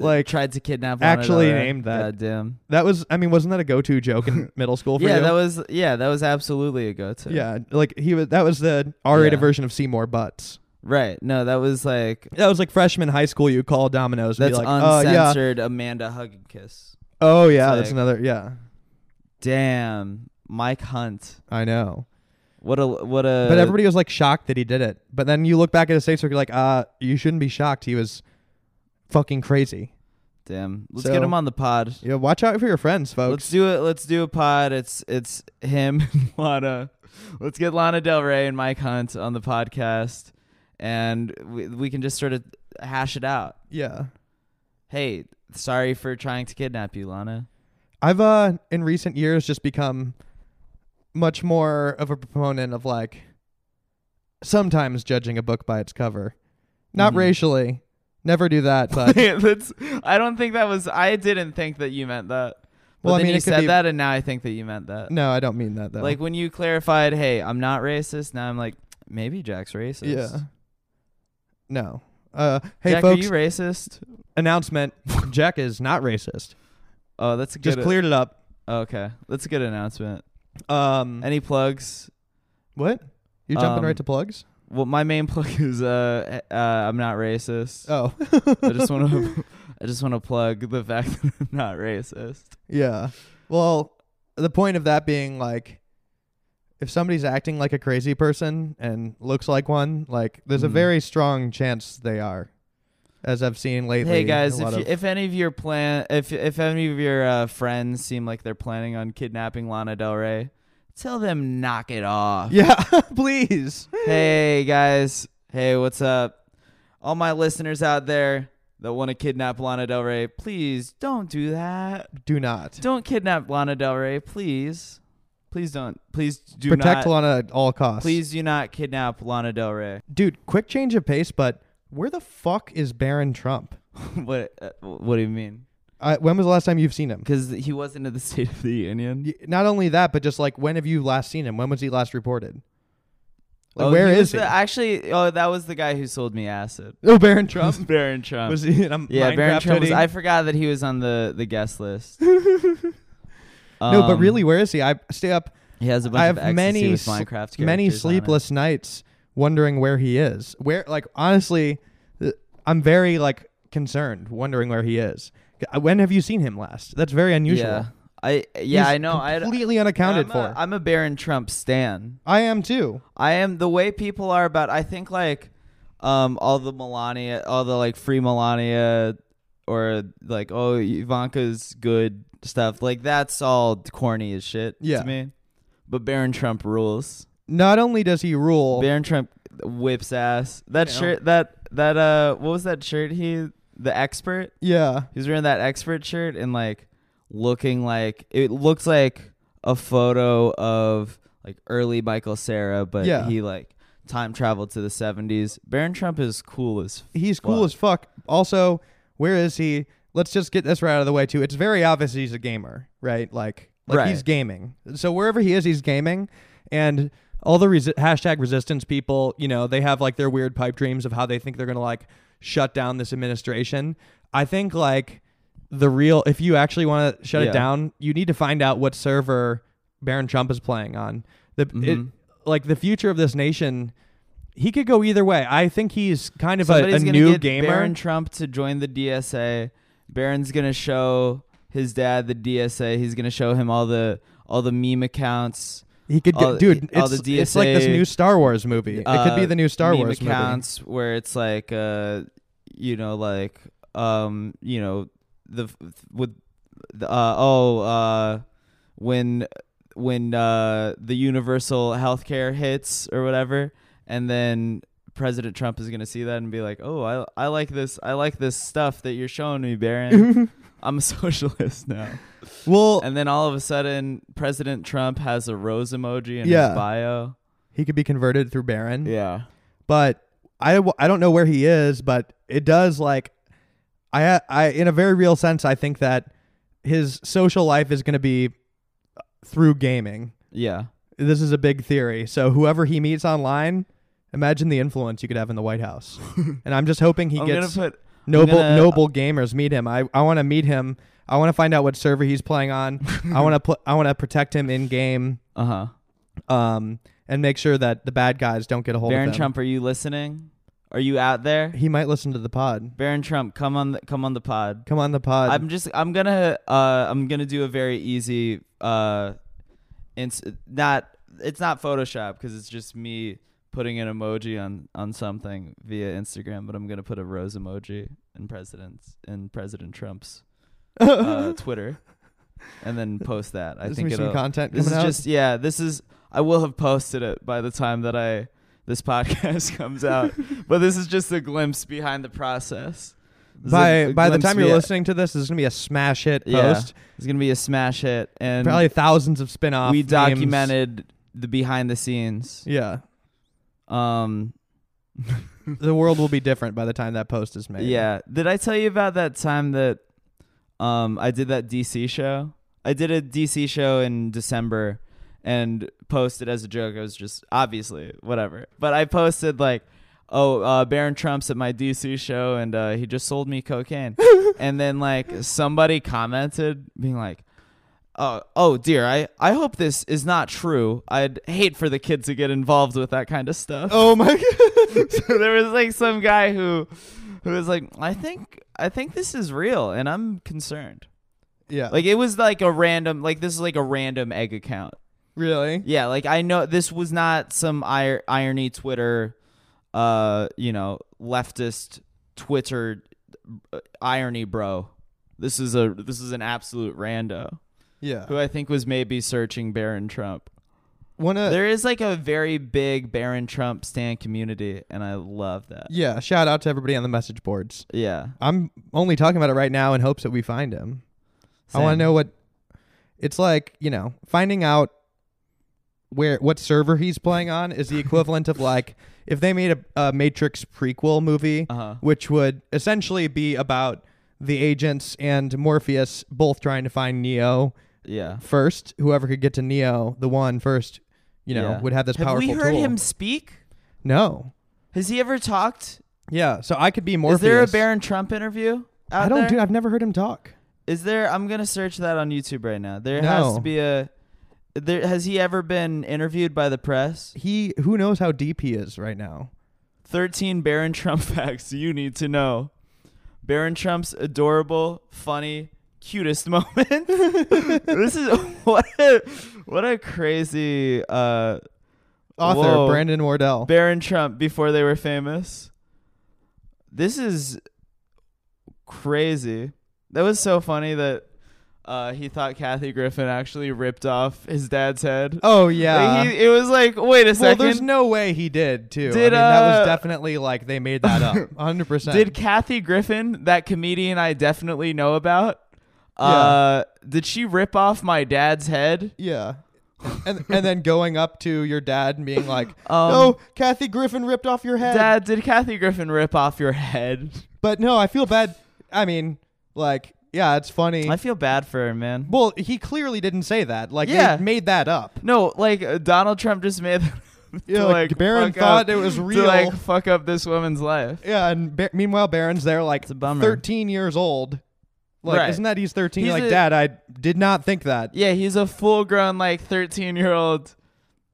B: uh,
A: Like
B: tried to kidnap. one
A: actually
B: another.
A: named that.
B: God damn.
A: that was. I mean, wasn't that a go-to joke in middle school for
B: Yeah,
A: you?
B: that was yeah, that was absolutely a go to.
A: yeah, like he was. That was the R-rated
B: Yeah.
A: version of Seymour Butts.
B: Right. No, that was like
A: That was like freshman high school. You call Domino's. And
B: that's
A: be like, Oh yeah.
B: uncensored Amanda Hug and Kiss.
A: Oh yeah.
B: It's
A: that's
B: like-
A: another. Yeah.
B: Damn. Mike Hunt.
A: I know.
B: What a what a
A: but everybody was like shocked that he did it. But then you look back at his states, you're like, uh, you shouldn't be shocked. He was fucking crazy.
B: damn. Let's
A: So-
B: get him on the pod.
A: Yeah, watch out for your friends, folks.
B: Let's do it. Let's do a pod. It's it's him and Lana. Let's get Lana Del Rey and Mike Hunt on the podcast, and we we can just sort of hash it out.
A: yeah,
B: Hey, sorry for trying to kidnap you, Lana.
A: I've uh in recent years just become much more of a proponent of like sometimes judging a book by its cover, not
B: Mhm.
A: racially. Never do that, but
B: That's. I don't think that was. I didn't think that you meant that. But
A: Well, I
B: then
A: mean,
B: you
A: it could
B: said
A: be-
B: that, and now I think that you meant that.
A: no, I don't mean that though.
B: Like when you clarified, "Hey, I'm not racist." Now I'm like, maybe Jack's racist.
A: yeah, no. Uh, hey
B: Jack,
A: folks,
B: are you racist?
A: announcement: Jack is not racist.
B: Oh, that's a good. uh,
A: Just cleared it up.
B: Okay, that's a good announcement.
A: Um,
B: Any plugs?
A: What? You're jumping
B: Um,
A: right to plugs?
B: Well, my main plug is uh, uh I'm not racist.
A: Oh,
B: I just want to I just want to plug the fact that I'm not racist.
A: yeah. Well, the point of that being like, if somebody's acting like a crazy person and looks like one, like there's a
B: Mhm.
A: very strong chance they are, as I've seen lately.
B: Hey
A: a
B: guys, if
A: lot
B: you,
A: of-
B: if any of your plan if if any of your uh, friends seem like they're planning on kidnapping Lana Del Rey, tell them knock it off.
A: yeah, please.
B: Hey guys, hey, what's up? All my listeners out there that want to kidnap Lana Del Rey, please don't do that.
A: Do not
B: Don't kidnap Lana Del Rey, please. Please don't. Please do
A: protect
B: not.
A: Lana at all costs.
B: Please do not kidnap Lana Del Rey.
A: dude. Quick change of pace, but where the fuck is Barron Trump?
B: what uh, What do you mean?
A: Uh, when was the last time you've seen him?
B: Because he wasn't at the State of the Union.
A: Y- Not only that, but just like when have you last seen him? When was he last reported? Like,
B: Oh,
A: where
B: he was
A: is he?
B: the- actually, oh, that was the guy who sold me acid.
A: oh, Barron Trump.
B: Baron Trump.
A: was he in a
B: Um, yeah,
A: Minecraft
B: Baron Trump. Was,
A: hoodie?
B: I forgot that he was on the the guest list.
A: no, but
B: Um,
A: really, where is he? I stay up
B: he has a bunch
A: I
B: of
A: have
B: ecstasy
A: many
B: with
A: sl-
B: Minecraft. Characters
A: many
B: on it.
A: sleepless nights wondering where he is. Where, like, honestly, th- I'm very like concerned, wondering where he is. Uh, When have you seen him last? That's very unusual.
B: Yeah, I yeah
A: He's
B: I know. I
A: completely unaccounted
B: I'm a-
A: for.
B: I'm a Baron Trump stan.
A: I am too.
B: I am the way people are about. I think like, um, all the Melania, all the like free Melania, or like oh Ivanka's good stuff. Like that's all corny as shit
A: Yeah.
B: to me. But Baron Trump rules.
A: Not only does he rule,
B: Baron Trump whips ass. That
A: You know.
B: shirt. That that uh, what was that shirt? He the expert.
A: yeah,
B: He was wearing that expert shirt and like looking like it looks like a photo of like early Michael Sarah, but
A: Yeah.
B: he like time traveled to the seventies. Baron Trump is cool as f-
A: he's cool
B: Fuck.
A: as fuck. Also, where is he? Let's just get this right out of the way too. It's very obvious he's a gamer, right? Like, like
B: Right.
A: he's gaming. So wherever he is, he's gaming, and all the resi- hashtag resistance people, you know, they have like their weird pipe dreams of how they think they're gonna like shut down this administration. I think like the real, if you actually want to shut
B: Yeah.
A: it down, you need to find out what server Baron Trump is playing on. The it,
B: Mhm.
A: like the future of this nation. He could go either way. I think he's kind of a, a
B: gonna
A: new
B: get
A: gamer.
B: Baron Trump to join the DSA. Baron's gonna show his dad the DSA. He's gonna show him all the all the meme accounts.
A: He could
B: all
A: go,
B: the-
A: dude.
B: all
A: It's,
B: the
A: it's like this
B: DSA,
A: new Star Wars movie. it could be
B: uh,
A: the new Star
B: meme
A: Wars
B: accounts where it's like uh you know like um you know the with the uh, oh uh, when when uh, the universal health care hits or whatever, and then President Trump is gonna see that and be like, oh, I I like this I like this stuff that you're showing me, Barron. I'm a socialist now.
A: Well,
B: And then all of a sudden, President Trump has a rose emoji in
A: Yeah.
B: his bio.
A: he could be converted through Baron.
B: Yeah.
A: but I, w- I don't know where he is, but it does like I I in a very real sense I think that his social life is going to be uh, through gaming.
B: Yeah.
A: This is a big theory. So whoever he meets online, imagine the influence you could have in the White House. and I'm just hoping he
B: I'm
A: gets
B: gonna put
A: noble
B: gonna-
A: noble gamers meet him. I, I want to meet him. I want to find out what server he's playing on. I want to pl- I want to protect him in game
B: uh huh.
A: um and make sure that the bad guys don't get a hold
B: Barron
A: of him.
B: Trump, are you listening? Are you out there?
A: He might listen to the pod.
B: Barron Trump, come on, the, come on the pod.
A: Come on the pod.
B: I'm just, I'm gonna, uh, I'm gonna do a very easy, uh, it's not, it's not Photoshop because it's just me putting an emoji on on something via Instagram. But I'm gonna put a rose emoji in president's in President Trump's uh, Twitter, and then post that. I
A: There's
B: think
A: gonna be
B: it'll.
A: some content
B: This
A: coming
B: is
A: out.
B: just yeah. This is I will have posted it by the time that I this podcast comes out. but this is just a glimpse behind the process. This is a-
A: by
B: a
A: by the
B: glimpse
A: time you're
B: via-
A: listening to this, this is gonna be a smash hit
B: Yeah.
A: post.
B: it's gonna be a smash hit, and
A: Probably thousands of spin off.
B: we documented the behind the scenes.
A: Yeah,
B: Um,
A: the world will be different by the time that post is made.
B: yeah. Did I tell you about that time that um I did that DC show? I did a DC show in December and posted as a joke. I was just obviously whatever, but I posted like, "Oh, uh, Baron Trump's at my DC show, and uh, he just sold me cocaine." and then like somebody commented, being like. Oh, oh dear! I, I hope this is not true. I'd hate for the kid to get involved with that kind of stuff
A: Oh my god.
B: so there was like some guy who who was like i think i think this is real and i'm concerned
A: yeah.
B: like it was like a random like this is like a random egg account
A: really?
B: yeah like i know this was not some ir- irony twitter uh you know leftist twitter uh, irony bro this is a this is an absolute rando
A: Yeah.
B: who i think was maybe searching baron trump
A: Wanna?
B: there is like a very big baron trump stan community and i love that
A: yeah. Shout out to everybody on the message boards.
B: yeah
A: I'm only talking about it right now in hopes that we find him. I want
B: Same.
A: to know what. It's like you know finding out where what server he's playing on is the equivalent of like if they made a, a Matrix prequel movie.
B: Uh-huh.
A: which would essentially be about the agents and Morpheus both trying to find Neo
B: Yeah.
A: first. Whoever could get to Neo, the one first, you know,
B: Yeah.
A: would have this
B: Have
A: powerful
B: we heard
A: tool.
B: him speak?
A: No.
B: Has he ever talked?
A: Yeah. So I could be Morpheus.
B: Is there a Baron Trump interview out
A: I don't
B: there?
A: do. I've never heard him talk.
B: Is there? I'm gonna search that on YouTube right now. There
A: No.
B: has to be a. There has he ever been interviewed by the press?
A: He who knows how deep he is right now.
B: Thirteen Baron Trump facts you need to know. Baron Trump's adorable, funny, cutest moment. this is what a what a crazy uh,
A: Author
B: Whoa.
A: Brandon Wardell.
B: Baron Trump before they were famous. This is crazy. That was so funny that uh, he thought Kathy Griffin actually ripped off his dad's head.
A: oh
B: Like,
A: yeah.
B: he, it was like, wait a
A: well,
B: second.
A: there's no way he did too. I
B: Did,
A: mean, that
B: uh,
A: was definitely like they made that up. 100. percent
B: did Kathy Griffin, that comedian I definitely know about, uh, did she rip off my dad's head?
A: Yeah. And and then going up to your dad and being like,
B: Um,
A: "No, Kathy Griffin ripped off your head."
B: Dad, did Kathy Griffin rip off your head?
A: But no, I feel bad. I mean, like, yeah, it's funny.
B: I feel bad for her, man.
A: well, he clearly didn't say that. Like,
B: Yeah.
A: they made that up.
B: No, like uh, Donald Trump just made that up
A: Yeah,
B: to,
A: like,
B: like,
A: Barron
B: fuck
A: thought
B: up,
A: it was real.
B: to like fuck up this woman's life.
A: Yeah, and ba- meanwhile, Barron's there, like,
B: It's a bummer.
A: 13 years old. Like,
B: Right.
A: isn't that he's 13?
B: He's
A: like,
B: a-
A: Dad, I did not think that.
B: Yeah, he's a full grown like thirteen year old.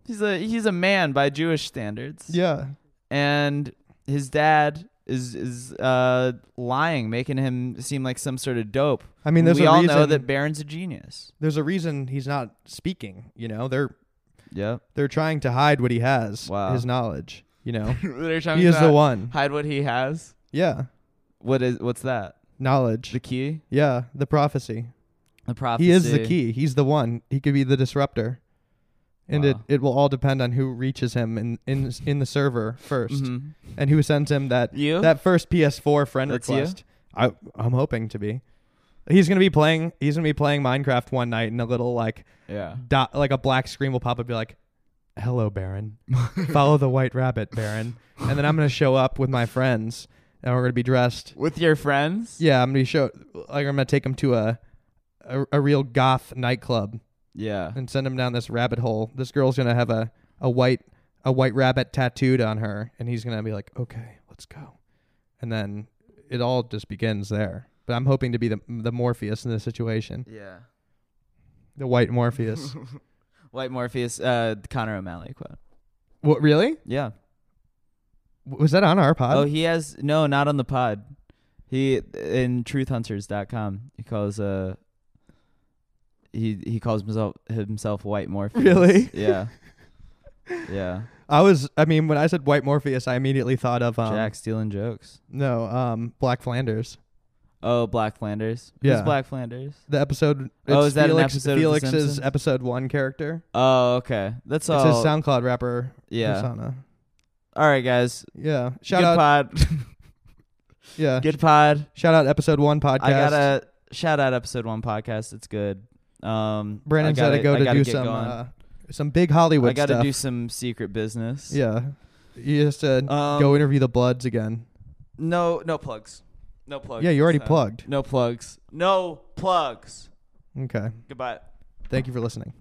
B: He's a he's a man by Jewish standards.
A: Yeah.
B: and his dad is is uh lying, making him seem like some sort of dope.
A: I mean, there's
B: we
A: a
B: all
A: reason.
B: know that Barron's a genius.
A: there's a reason he's not speaking. You know, they're
B: Yep,
A: they're trying to hide what he has,
B: Wow.
A: his knowledge. You know,
B: they're trying
A: he is
B: to
A: the one.
B: hide what he has.
A: Yeah.
B: What is what's that?
A: knowledge.
B: The key,
A: yeah, the prophecy.
B: the prophecy.
A: He is the key. He's the one. He could be the disruptor. And it,
B: Wow.
A: it will all depend on who reaches him in in, in the server 1st
B: Mhm.
A: and who sends him that
B: You?
A: that first PS4 friend
B: That's you?
A: request. I I'm hoping to be. He's gonna be playing. He's gonna be playing Minecraft one night, and a little like
B: yeah.
A: dot, like a black screen will pop up, and be like, "Hello, Baron. Follow the white rabbit, Baron." And then I'm gonna show up with my friends, and we're gonna be dressed.
B: With your friends?
A: Yeah, I'm gonna be show. Like I'm gonna take him to a a, a real goth nightclub
B: Yeah.
A: and send him down this rabbit hole. This girl's gonna have a, a white a white rabbit tattooed on her, and he's gonna be like, "Okay, let's go," and then it all just begins there. But I'm hoping to be the the Morpheus in this situation,
B: Yeah.
A: the white Morpheus.
B: White Morpheus, uh, Connor O'Malley quote.
A: what really?
B: Yeah.
A: Was that on our
B: oh,
A: pod?
B: he has no, not on the pod. He in truthhunters.com. He calls uh he he calls himself himself White Morpheus.
A: Really?
B: Yeah. yeah.
A: I was. I mean, when I said white Morpheus, I immediately thought of um
B: Jack stealing jokes.
A: no um Black Flanders.
B: Oh, Black Flanders.
A: Yeah.
B: Who's Black Flanders?
A: The episode. It's
B: Oh, is that an
A: Felix,
B: episode of The
A: Felix's
B: Simpsons?
A: episode one character.
B: Oh, okay. That's
A: it's
B: all.
A: his SoundCloud rapper
B: yeah.
A: persona.
B: All right, guys.
A: Yeah. Shout
B: Good
A: out.
B: pod.
A: Yeah.
B: Good pod.
A: Shout out episode one podcast.
B: I gotta shout out episode one podcast. It's good. Um,
A: Brandon's
B: I gotta,
A: go
B: I
A: to
B: gotta
A: do
B: get
A: some
B: going.
A: uh, some big Hollywood
B: I gotta
A: stuff.
B: do some secret business.
A: yeah, you just uh,
B: Um,
A: go interview the Bloods again.
B: No, no plugs. No plugs.
A: Yeah, you already
B: this time.
A: plugged.
B: No plugs. No plugs.
A: Okay,
B: Goodbye.
A: thank you for listening.